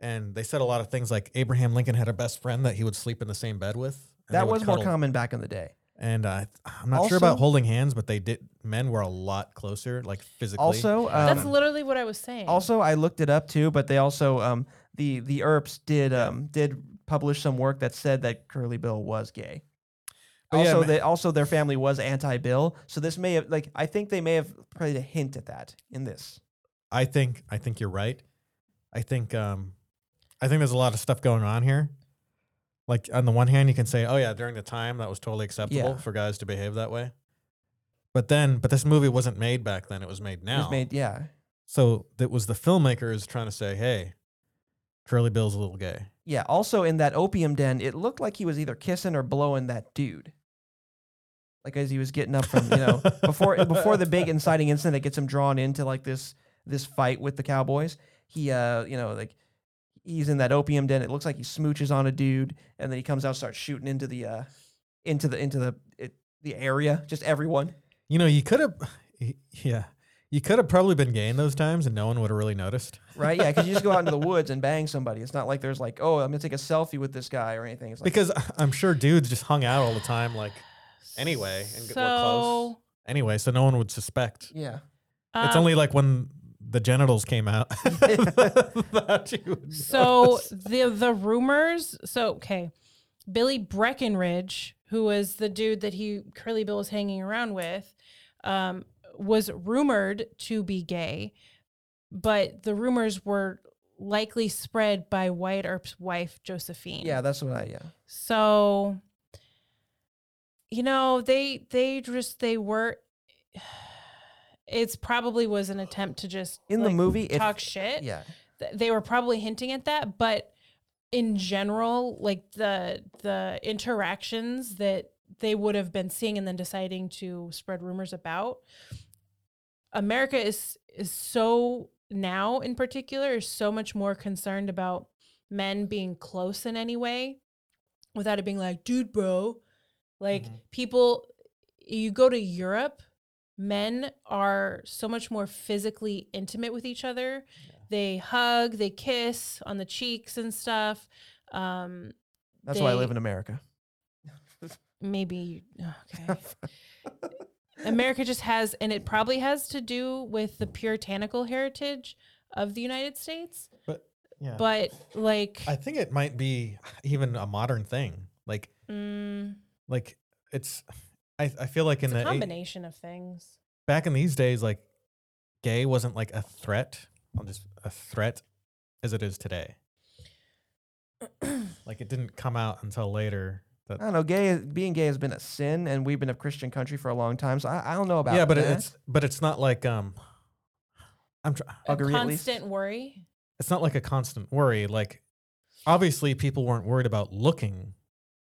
Speaker 2: and they said a lot of things like Abraham Lincoln had a best friend that he would sleep in the same bed with. and they
Speaker 1: That
Speaker 2: would
Speaker 1: was more
Speaker 2: cuddle.
Speaker 1: common back in the day.
Speaker 2: And uh, I'm not sure about
Speaker 1: Also-
Speaker 2: holding hands, but they did. Men were a lot closer, like physically.
Speaker 1: Also,
Speaker 3: That's
Speaker 1: um,
Speaker 3: literally what I was saying.
Speaker 1: Also, I looked it up too, but they also um, the the Earps did um, did publish some work that said that Curly Bill was gay.
Speaker 2: But Oh, yeah,
Speaker 1: also,
Speaker 2: ma-
Speaker 1: they, also their family was anti-Bill, so this may have like I think they may have played a hint at that in this.
Speaker 2: I think I think you're right. I think um, I think there's a lot of stuff going on here. Like on the one hand, you can say, "Oh yeah, during the time that was totally acceptable
Speaker 1: Yeah.
Speaker 2: for guys to behave that way," but then, but this movie wasn't made back then; it was made
Speaker 1: It
Speaker 2: now.
Speaker 1: was made, yeah,
Speaker 2: so that was the filmmakers trying to say, "Hey, Curly Bill's a little gay."
Speaker 1: yeah. Also, in that opium den, it looked like he was either kissing or blowing that dude. Like as he was getting up from you know before before the big inciting incident that gets him drawn into like this this fight with the Cowboys. He uh you know like he's in that opium den. It looks like he smooches on a dude, and then he comes out starts shooting into the uh into the into the it, the area, just everyone.
Speaker 2: You know, you could have, yeah, you could have probably been gay in those times, and no one would have really noticed.
Speaker 1: Right? Yeah, because you just go out into the woods and bang somebody. It's not like there's like oh I'm gonna take a selfie with this guy or anything. It's like
Speaker 2: Because I- I'm sure dudes just hung out all the time, like anyway, and g- we're close.
Speaker 3: So,
Speaker 2: anyway, so no one would suspect.
Speaker 1: yeah.
Speaker 2: it's
Speaker 3: um,
Speaker 2: only like when the genitals came out. that you would
Speaker 3: So
Speaker 2: notice.
Speaker 3: the the rumors. So okay, Billy Breckenridge, who was the dude that he Curly Bill was hanging around with, um, was rumored to be gay, but the rumors were likely spread by Wyatt Earp's wife, Josephine.
Speaker 1: Yeah, that's what I. Yeah,
Speaker 3: So, you know, they they just they were. It's probably was an attempt to just
Speaker 1: in the
Speaker 3: like,
Speaker 1: movie, it-
Speaker 3: talk shit.
Speaker 1: Yeah,
Speaker 3: Th- they were probably hinting at that, but in general, like the the interactions that they would have been seeing and then deciding to spread rumors about, America is is so now in particular is so much more concerned about men being close in any way without it being like dude bro like
Speaker 1: Mm-hmm.
Speaker 2: Mhm.
Speaker 3: people you go to europe men are so much more physically intimate with each other they hug they kiss on the cheeks and stuff um
Speaker 1: that's why I live
Speaker 3: They-
Speaker 1: in America.
Speaker 3: maybe okay America just has, and it probably has to do with the puritanical heritage of the United States.
Speaker 2: Yeah.
Speaker 3: But like,
Speaker 2: I think it might be even a modern thing. Like
Speaker 3: mm,
Speaker 2: like it's I, I feel like in
Speaker 3: it's a
Speaker 2: the eight-
Speaker 3: combination of things.
Speaker 2: back in these days, like gay wasn't like a threat. I'll just a threat as it is today. like it didn't come out until later. That,
Speaker 1: I don't know. Gay, being gay has been a sin, and we've been a Christian country for a long time. So I, I don't know about.
Speaker 2: yeah, but
Speaker 1: that.
Speaker 2: it's but it's not like um I'm tr-
Speaker 3: A
Speaker 1: Buggery at least.
Speaker 3: constant worry.
Speaker 2: it's not like a constant worry. Like obviously people weren't worried about looking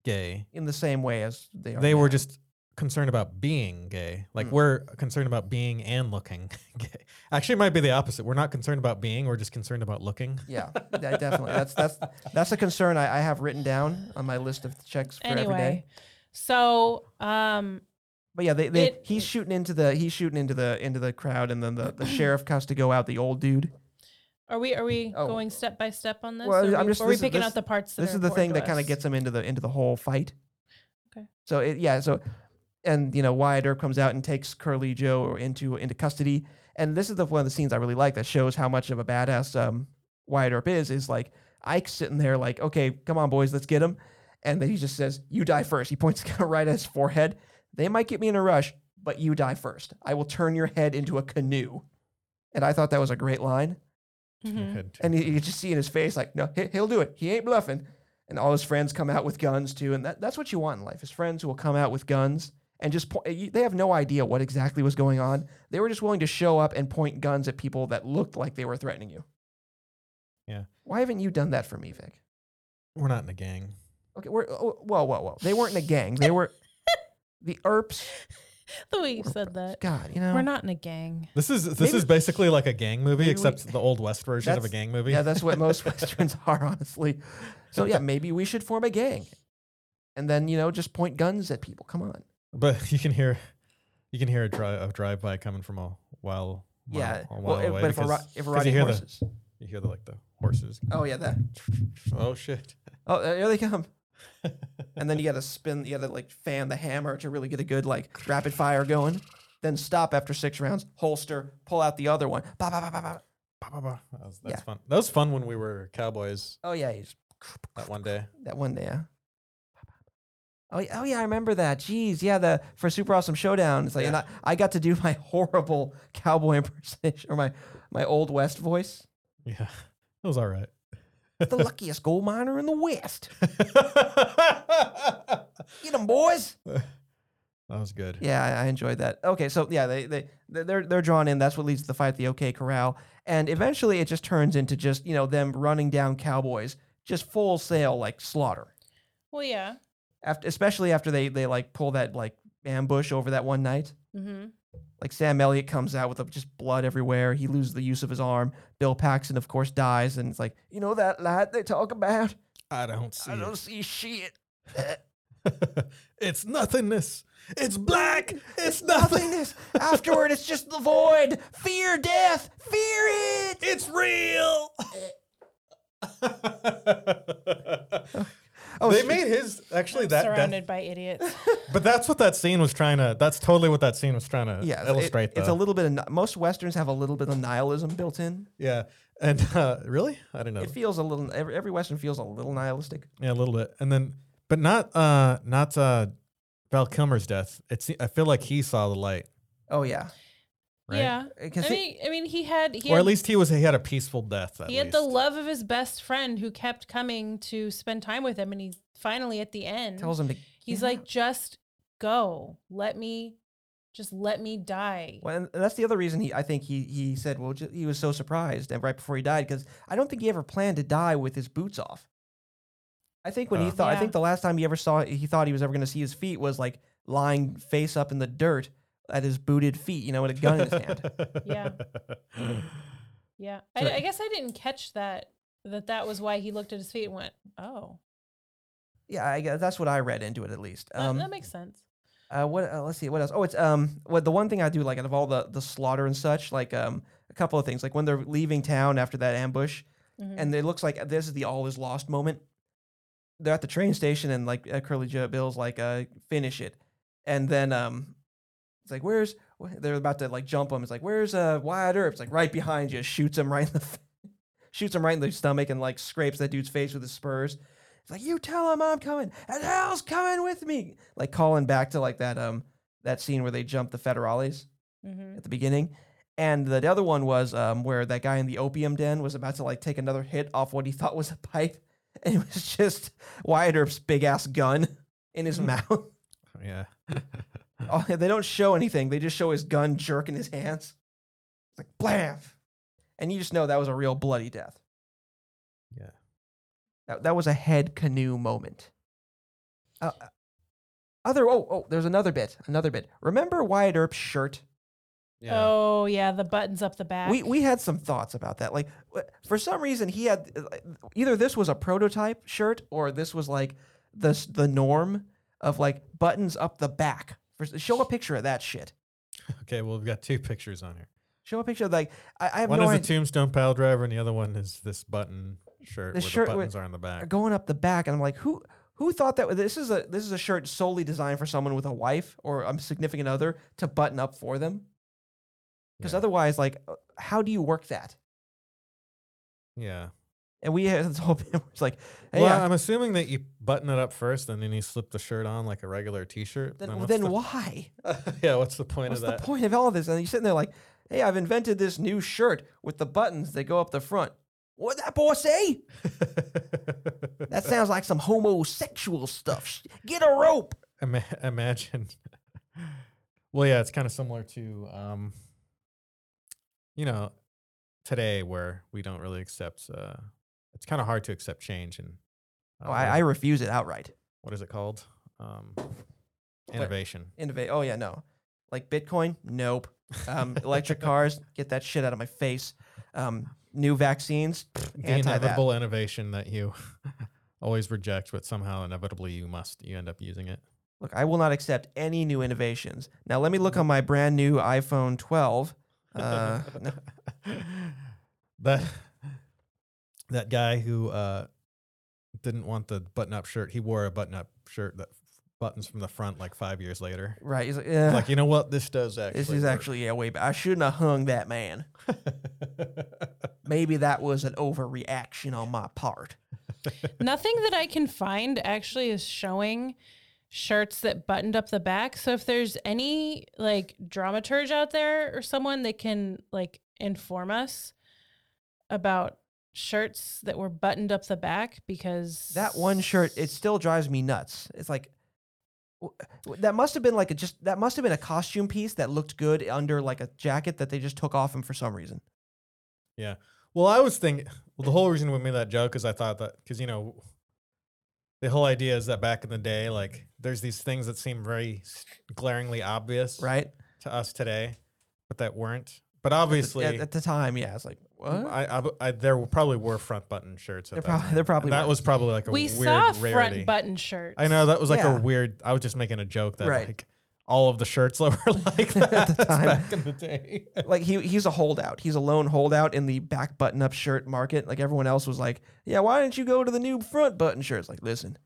Speaker 2: gay.
Speaker 1: in the same way as they are.
Speaker 2: They were
Speaker 1: now.
Speaker 2: just concerned about being gay. Like
Speaker 1: Mm.
Speaker 2: we're concerned about being and looking gay. Actually, it might be the opposite. We're not concerned about being, we're just concerned about looking.
Speaker 1: Yeah, that definitely. That's that's that's a concern I, I have written down on my list of checks for every day.
Speaker 3: Anyway, so um,
Speaker 1: But yeah, they, they
Speaker 3: It-
Speaker 1: he's shooting into the he's shooting into the into the crowd, and then the, the sheriff has to go out. The old dude.
Speaker 3: are we are we
Speaker 1: Oh.
Speaker 3: going step by step on this?
Speaker 1: Well,
Speaker 3: or are
Speaker 1: I'm
Speaker 3: we,
Speaker 1: just-
Speaker 3: are we
Speaker 1: this is-
Speaker 3: picking
Speaker 1: this-
Speaker 3: out the parts that
Speaker 1: this
Speaker 3: are
Speaker 1: is the thing
Speaker 3: important
Speaker 1: that
Speaker 3: to
Speaker 1: kind of
Speaker 3: us?
Speaker 1: gets him into the into the whole fight.
Speaker 3: Okay.
Speaker 1: So it, yeah, so and you know Wyatt Earp comes out and takes Curly Joe into into custody, and this is the one of the scenes I really like that shows how much of a badass um, Wyatt Earp is. Is like Ike's sitting there like, okay, come on boys, let's get him, and then he just says, "You die first. He points right at his forehead. They might get me in a rush, but you die first. I will turn your head into a canoe. And I thought that was a great line.
Speaker 3: Mhm.
Speaker 2: Good.
Speaker 1: Mm-hmm. And you, you could just see in his face, like, no, he, he'll do it. He ain't bluffing. And all his friends come out with guns too, and that, that's what you want in life: is friends who will come out with guns and just point. you- They have no idea what exactly was going on. They were just willing to show up and point guns at people that looked like they were threatening you.
Speaker 2: Yeah.
Speaker 1: Why haven't you done that for me, Vic?
Speaker 2: We're not in a gang.
Speaker 1: Okay, we're oh, whoa, whoa, whoa. They weren't in a gang. They were the Erps.
Speaker 3: The way you said that,
Speaker 1: God, you know
Speaker 3: Uh, we're not in a gang.
Speaker 2: This is this
Speaker 1: Maybe-
Speaker 2: is basically like a gang movie,
Speaker 1: Maybe we-
Speaker 2: except the old west version of a
Speaker 1: That's-
Speaker 2: gang movie.
Speaker 1: Yeah, that's what most westerns are, honestly. So yeah, maybe we should form a gang, and then you know just point guns at people. Come on.
Speaker 2: but you can hear you can hear a, dri- a drive by coming from a while
Speaker 1: Yeah,
Speaker 2: a
Speaker 1: well,
Speaker 2: while
Speaker 1: if,
Speaker 2: away
Speaker 1: but if we're, ri-
Speaker 2: because
Speaker 1: if we're
Speaker 2: 'cause you
Speaker 1: riding
Speaker 2: hear the-
Speaker 1: horses.
Speaker 2: you hear the like the horses.
Speaker 1: Oh yeah, that.
Speaker 2: Oh shit!
Speaker 1: Oh, uh, here they come. and then you got to spin. You got to like fan the hammer to really get a good like rapid fire going. Then stop after six rounds. Holster. Pull out the other one. Bah, bah, bah, bah, bah.
Speaker 2: Bah, bah, bah. That was, that's
Speaker 1: Yeah.
Speaker 2: fun. That was fun when we were cowboys
Speaker 1: Oh yeah, you just,
Speaker 2: that one day.
Speaker 1: that one there. Oh yeah, oh yeah, I remember that. Jeez, yeah, the for Super Awesome Showdown. It's like, and I,
Speaker 2: Yeah.
Speaker 1: I got to do my horrible cowboy impersonation or my my old West voice.
Speaker 2: Yeah, it was all right.
Speaker 1: The luckiest gold miner in the West.
Speaker 2: that
Speaker 1: Get 'em, boys.
Speaker 2: was good.
Speaker 1: Yeah, I- I enjoyed that. Okay, so yeah, they they they're they're drawn in. That's what leads to the fight at the OK Corral, and eventually it just turns into just you know them running down cowboys, just full sail like slaughter.
Speaker 3: Well, yeah.
Speaker 1: After especially after they they like pull that like ambush over that one night.
Speaker 3: hmm
Speaker 1: Like Sam Elliott comes out with uh, just blood everywhere. He loses the use of his arm. Bill Paxton, of course, dies, and it's like you know that lad they talk about.
Speaker 2: I don't see.
Speaker 1: I
Speaker 2: it.
Speaker 1: don't see shit.
Speaker 2: it's nothingness. It's black. It's nothing.
Speaker 1: Nothingness. Afterward, it's just the void. Fear death. Fear it.
Speaker 2: It's real.
Speaker 1: Oh,
Speaker 2: they
Speaker 1: spe-
Speaker 2: made his actually that, that-
Speaker 3: Surrounded by idiots.
Speaker 2: but that's what that scene was trying to. That's totally what that scene was trying to
Speaker 1: yeah, it-
Speaker 2: illustrate.
Speaker 1: it's a
Speaker 2: though.
Speaker 1: little bit of ni- most westerns have a little bit of nihilism built in.
Speaker 2: yeah, and uh, really, I don't know.
Speaker 1: It feels a little every, every western feels a little nihilistic.
Speaker 2: Yeah, a little bit, and then, but not uh not uh Val Kilmer's death. It's I feel like he saw the light.
Speaker 1: Oh yeah,
Speaker 2: right?
Speaker 3: Yeah.
Speaker 1: 'Cause
Speaker 3: I
Speaker 1: he-
Speaker 3: mean, I mean, he had he
Speaker 2: Or
Speaker 3: had,
Speaker 2: at least he was he had a peaceful death. At
Speaker 3: he had the
Speaker 2: least.
Speaker 3: love of his best friend who kept coming to spend time with him, and he finally at the end
Speaker 1: tells him to.
Speaker 3: he's
Speaker 1: yeah.
Speaker 3: like, "Just go, let me, just let me die."
Speaker 1: Well, and that's the other reason he, I think he, he said, well, ju- he was so surprised and right before he died because I don't think he ever planned to die with his boots off. I think when he
Speaker 2: Huh.
Speaker 1: thought, I
Speaker 3: Yeah.
Speaker 1: think the last time he ever saw, he thought he was ever going to see his feet was like lying face up in the dirt at his booted feet, you know, with a gun in his hand.
Speaker 3: Yeah. Yeah, I,
Speaker 2: Sure.
Speaker 3: I guess I didn't catch that that that was why he looked at his feet and went, "Oh,
Speaker 1: Yeah, I, guess that's what I read into it at least. Um,
Speaker 3: that, that makes sense."
Speaker 1: Uh, what? Uh, let's see. What else? Oh, it's um. What the one thing I do like out of all the the slaughter and such, like um, a couple of things. Like when they're leaving town after that ambush,
Speaker 3: Mhm.
Speaker 1: and it looks like this is the all is lost moment. They're at the train station, and like uh, Curly Joe Bill's like, uh, finish it, and then um, it's like, where's? wh- They're about to like jump him. It's like, where's uh Wyatt Earp? It's like right behind you. Shoots him right in the, f- shoots him right in the stomach, and like scrapes that dude's face with his spurs. It's like you tell him I'm coming, and Hal's coming with me. Like calling back to like that um that scene where they jump the federales
Speaker 3: Mhm.
Speaker 1: at the beginning. And the, the other one was um, where that guy in the opium den was about to like take another hit off what he thought was a pipe, and it was just Wyatt Earp's big ass gun in his mouth.
Speaker 2: yeah.
Speaker 1: Oh, they don't show anything; they just show his gun jerk in his hands. It's like blam, and you just know that was a real bloody death.
Speaker 2: Yeah.
Speaker 1: That, that was a head canoe moment. Uh, uh, other oh oh, there's another bit, another bit. Remember Wyatt Earp's shirt?
Speaker 2: Yeah.
Speaker 3: Oh yeah, the buttons up the back.
Speaker 1: We we had some thoughts about that. Like wh- for some reason he had uh, like, either this was a prototype shirt or this was like the s- the norm of like buttons up the back. For, s- show a picture of that shit.
Speaker 2: Okay. Well, we've got two pictures on here.
Speaker 1: Show a picture of like I, I have
Speaker 2: One
Speaker 1: no
Speaker 2: is a
Speaker 1: idea.
Speaker 2: tombstone pile driver, and the other one is this button shirt
Speaker 1: The
Speaker 2: where
Speaker 1: shirt
Speaker 2: the
Speaker 1: with-
Speaker 2: buttons are on the back.
Speaker 1: going up the back and I'm like who who thought that this is a this is a shirt solely designed for someone with a wife or a significant other to button up for them? Because
Speaker 2: Yeah.
Speaker 1: otherwise, like, uh, how do you work that?
Speaker 2: yeah.
Speaker 1: And we had this whole bit where it's like, hey,
Speaker 2: Well, um,
Speaker 1: uh,
Speaker 2: I'm assuming that you button it up first, and then you slip the shirt on like a regular T-shirt.
Speaker 1: then,
Speaker 2: what's
Speaker 1: then
Speaker 2: the-
Speaker 1: why?
Speaker 2: yeah. What's the point
Speaker 1: What's
Speaker 2: of
Speaker 1: the
Speaker 2: that?
Speaker 1: point of all this? And you're sitting there like, hey, I've invented this new shirt with the buttons that go up the front. What that boy say? That sounds like some homosexual stuff. Sh- Get a rope.
Speaker 2: Ima- imagine. well, yeah, it's kind of similar to, um, you know, today where we don't really accept. Uh, it's kind of hard to accept change and. uh,
Speaker 1: Oh,
Speaker 2: what
Speaker 1: I,
Speaker 2: is-
Speaker 1: I refuse it outright.
Speaker 2: what is it called? Um, innovation.
Speaker 1: Innovate. Oh yeah, no. Like Bitcoin? Nope. Um, electric cars? Get that shit out of my face. Um, new vaccines? Pfft,
Speaker 2: The
Speaker 1: anti that.
Speaker 2: inevitable innovation that you always reject, but somehow inevitably you must. You end up using it.
Speaker 1: Look, I will not accept any new innovations. Now let me look on my brand new iPhone 12. Uh, no.
Speaker 2: that that guy who uh, didn't want the button-up shirt, he wore a button-up shirt that buttons from the front like five years later.
Speaker 1: Right. He's like,
Speaker 2: He's
Speaker 1: "Ugh,
Speaker 2: Like you know what? This does actually.
Speaker 1: this is
Speaker 2: work."
Speaker 1: actually yeah way back. I shouldn't have hung that man. Maybe that was an overreaction on my part.
Speaker 3: Nothing that I can find actually is showing shirts that buttoned up the back. So if there's any like dramaturge out there or someone that can like inform us about shirts that were buttoned up the back because
Speaker 1: That one shirt, it still drives me nuts. It's like w- w- that must have been like a just that must have been a costume piece that looked good under like a jacket that they just took off him for some reason.
Speaker 2: Well, I was thinking. Well, the whole reason we made that joke is I thought that because you know, the whole idea is that back in the day, like there's these things that seem very s- glaringly obvious,
Speaker 1: Right? At
Speaker 2: to us today, but that weren't. But
Speaker 1: the-
Speaker 2: obviously,
Speaker 1: At, at the time, yeah. It's like what?
Speaker 2: I, I bu- I- there were- probably were front button shirts. At
Speaker 1: There
Speaker 2: that
Speaker 1: prob-
Speaker 2: time,
Speaker 1: there probably
Speaker 2: and that
Speaker 1: were.
Speaker 2: was probably like a
Speaker 3: we
Speaker 2: weird
Speaker 3: saw
Speaker 2: rarity.
Speaker 3: front button shirts.
Speaker 2: I know that was like
Speaker 1: Yeah.
Speaker 2: a weird. I was just making a joke that
Speaker 1: Right.
Speaker 2: like all of the shirts that were like that
Speaker 1: time.
Speaker 2: back in the day.
Speaker 1: like he he's a holdout. He's a lone holdout in the back button up shirt market. Like everyone else was like, yeah, why didn't you go to the new front button shirts? Like, listen,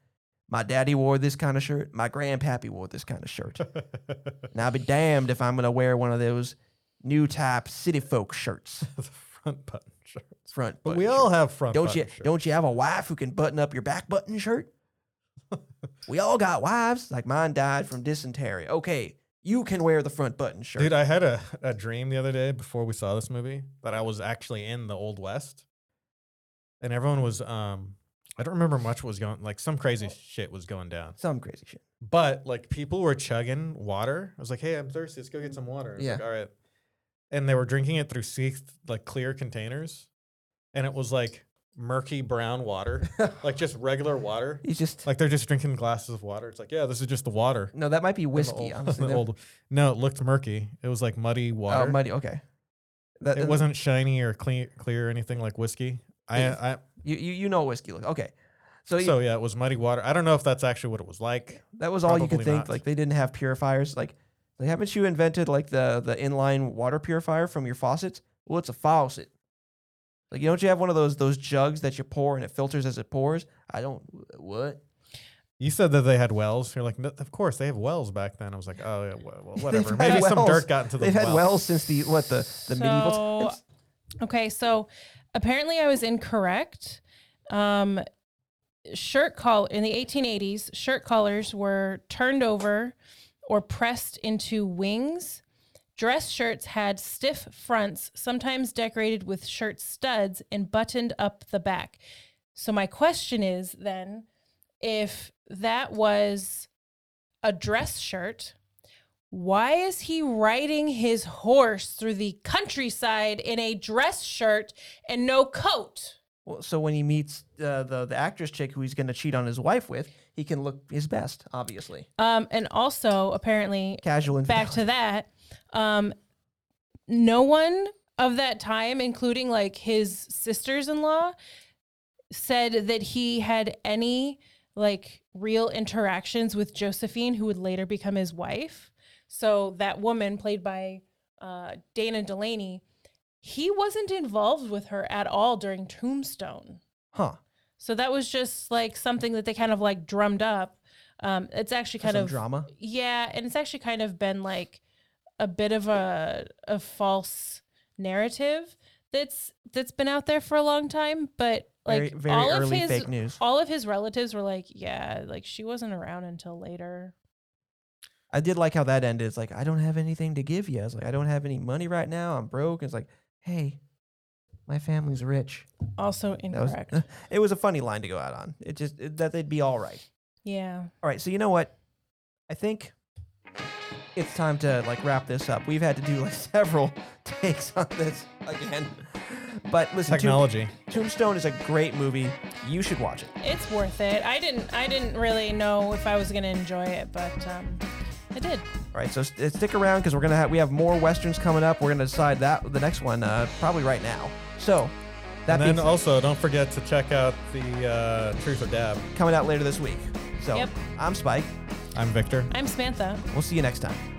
Speaker 1: my daddy wore this kind of shirt. My grandpappy wore this kind of shirt. now I'll be damned if I'm gonna wear one of those new type city folk shirts.
Speaker 2: the front button shirts.
Speaker 1: Front.
Speaker 2: But
Speaker 1: button
Speaker 2: we all
Speaker 1: shirt.
Speaker 2: have front.
Speaker 1: don't
Speaker 2: button
Speaker 1: you
Speaker 2: shirts.
Speaker 1: don't you have a wife who can button up your back button shirt? we all got wives. Like mine died from dysentery. Okay, You can wear the front button shirt.
Speaker 2: Dude, I had a, a dream the other day before we saw this movie that I was actually in the Old West. And everyone was um I don't remember much what was going like some crazy shit was going down.
Speaker 1: Some crazy shit.
Speaker 2: But like people were chugging water. I was like, "Hey, I'm thirsty. Let's go get some water." It's like,
Speaker 1: Yeah.
Speaker 2: "All right." And they were drinking it through six like clear containers. And it was like murky brown water, like just regular water.
Speaker 1: He's just
Speaker 2: Like they're just drinking glasses of water. It's like, "Yeah, this is just the water."
Speaker 1: no. That might be
Speaker 2: from the
Speaker 1: whiskey.
Speaker 2: old-
Speaker 1: honestly,
Speaker 2: the
Speaker 1: They're-
Speaker 2: old- no, it looked murky. It was like muddy water.
Speaker 1: Oh, uh, muddy. Okay. That,
Speaker 2: It
Speaker 1: that-
Speaker 2: wasn't shiny or clean, clear or anything like whiskey. I,
Speaker 1: Yes.
Speaker 2: I
Speaker 1: You, you you know what whiskey look. Okay. So, you,
Speaker 2: so yeah, it was muddy water. I don't know if that's actually what it was like.
Speaker 1: that was all you could
Speaker 2: probably
Speaker 1: think.
Speaker 2: not.
Speaker 1: Like they didn't have purifiers. Like, like haven't you invented like the the inline water purifier from your faucets? Well, it's a faucet. Like, you don't you have one of those those jugs that you pour and it filters as it pours? I don't. What?
Speaker 2: You said that they had wells. You're like, "No, of course they have wells back then. I was like, oh yeah, well, well, whatever.
Speaker 1: had
Speaker 2: Maybe some
Speaker 1: wells.
Speaker 2: dirt got into the
Speaker 1: They've
Speaker 2: well.
Speaker 1: had wells since the what the the medieval
Speaker 3: So,
Speaker 1: times.
Speaker 3: Okay, so apparently I was incorrect. Um, shirt collar in the 1880s, shirt collars were turned over or pressed into wings. Dress shirts had stiff fronts, sometimes decorated with shirt studs and buttoned up the back. So my question is then if that was a dress shirt, why is he riding his horse through the countryside in a dress shirt and no coat?
Speaker 1: Well, so when he meets uh, the the actress chick who he's going to cheat on his wife with, he can look his best, obviously.
Speaker 3: Um, and also, apparently,
Speaker 1: Casual and
Speaker 3: back to that, um, no one of that time, including like his sisters in law, said that he had any like real interactions with Josephine, who would later become his wife. So that woman, played by uh, Dana Delaney, he wasn't involved with her at all during Tombstone.
Speaker 1: huh?
Speaker 3: So that was just like something that they kind of like drummed up. Um, it's actually kind
Speaker 1: Some
Speaker 3: of
Speaker 1: drama.
Speaker 3: yeah, and it's actually kind of been like a bit of a a false narrative that's that's been out there for a long time, but like
Speaker 1: very very
Speaker 3: all of
Speaker 1: early
Speaker 3: his
Speaker 1: fake news.
Speaker 3: all of his relatives were like, yeah, like she wasn't around until later.
Speaker 1: I did like how that ended. It's like I don't have anything to give you. I was like I don't have any money right now. I'm broke. It's like hey, my family's rich.
Speaker 3: Also
Speaker 1: That was, eh.
Speaker 3: incorrect.
Speaker 1: it was a funny line to go out on. It just it- that they'd be all right.
Speaker 3: yeah.
Speaker 1: All right, so you know what? I think it's time to like wrap this up. We've had to do like several takes on this again. But listen, Tomb-
Speaker 2: Technology.
Speaker 1: Tombstone is a great movie. You should watch it.
Speaker 3: It's worth it. I didn't I didn't really know if I was gonna enjoy it, but um I did.
Speaker 1: All right, so st- stick around because we're gonna have we have more westerns coming up. We're gonna decide that the next one uh, probably right now. So that
Speaker 2: And
Speaker 1: being
Speaker 2: then
Speaker 1: said,
Speaker 2: also, don't forget to check out the uh, Truth or Dab.
Speaker 1: coming out later this week. So
Speaker 3: Yep.
Speaker 1: I'm Spike.
Speaker 2: I'm Victor.
Speaker 3: I'm Samantha.
Speaker 1: We'll see you next time.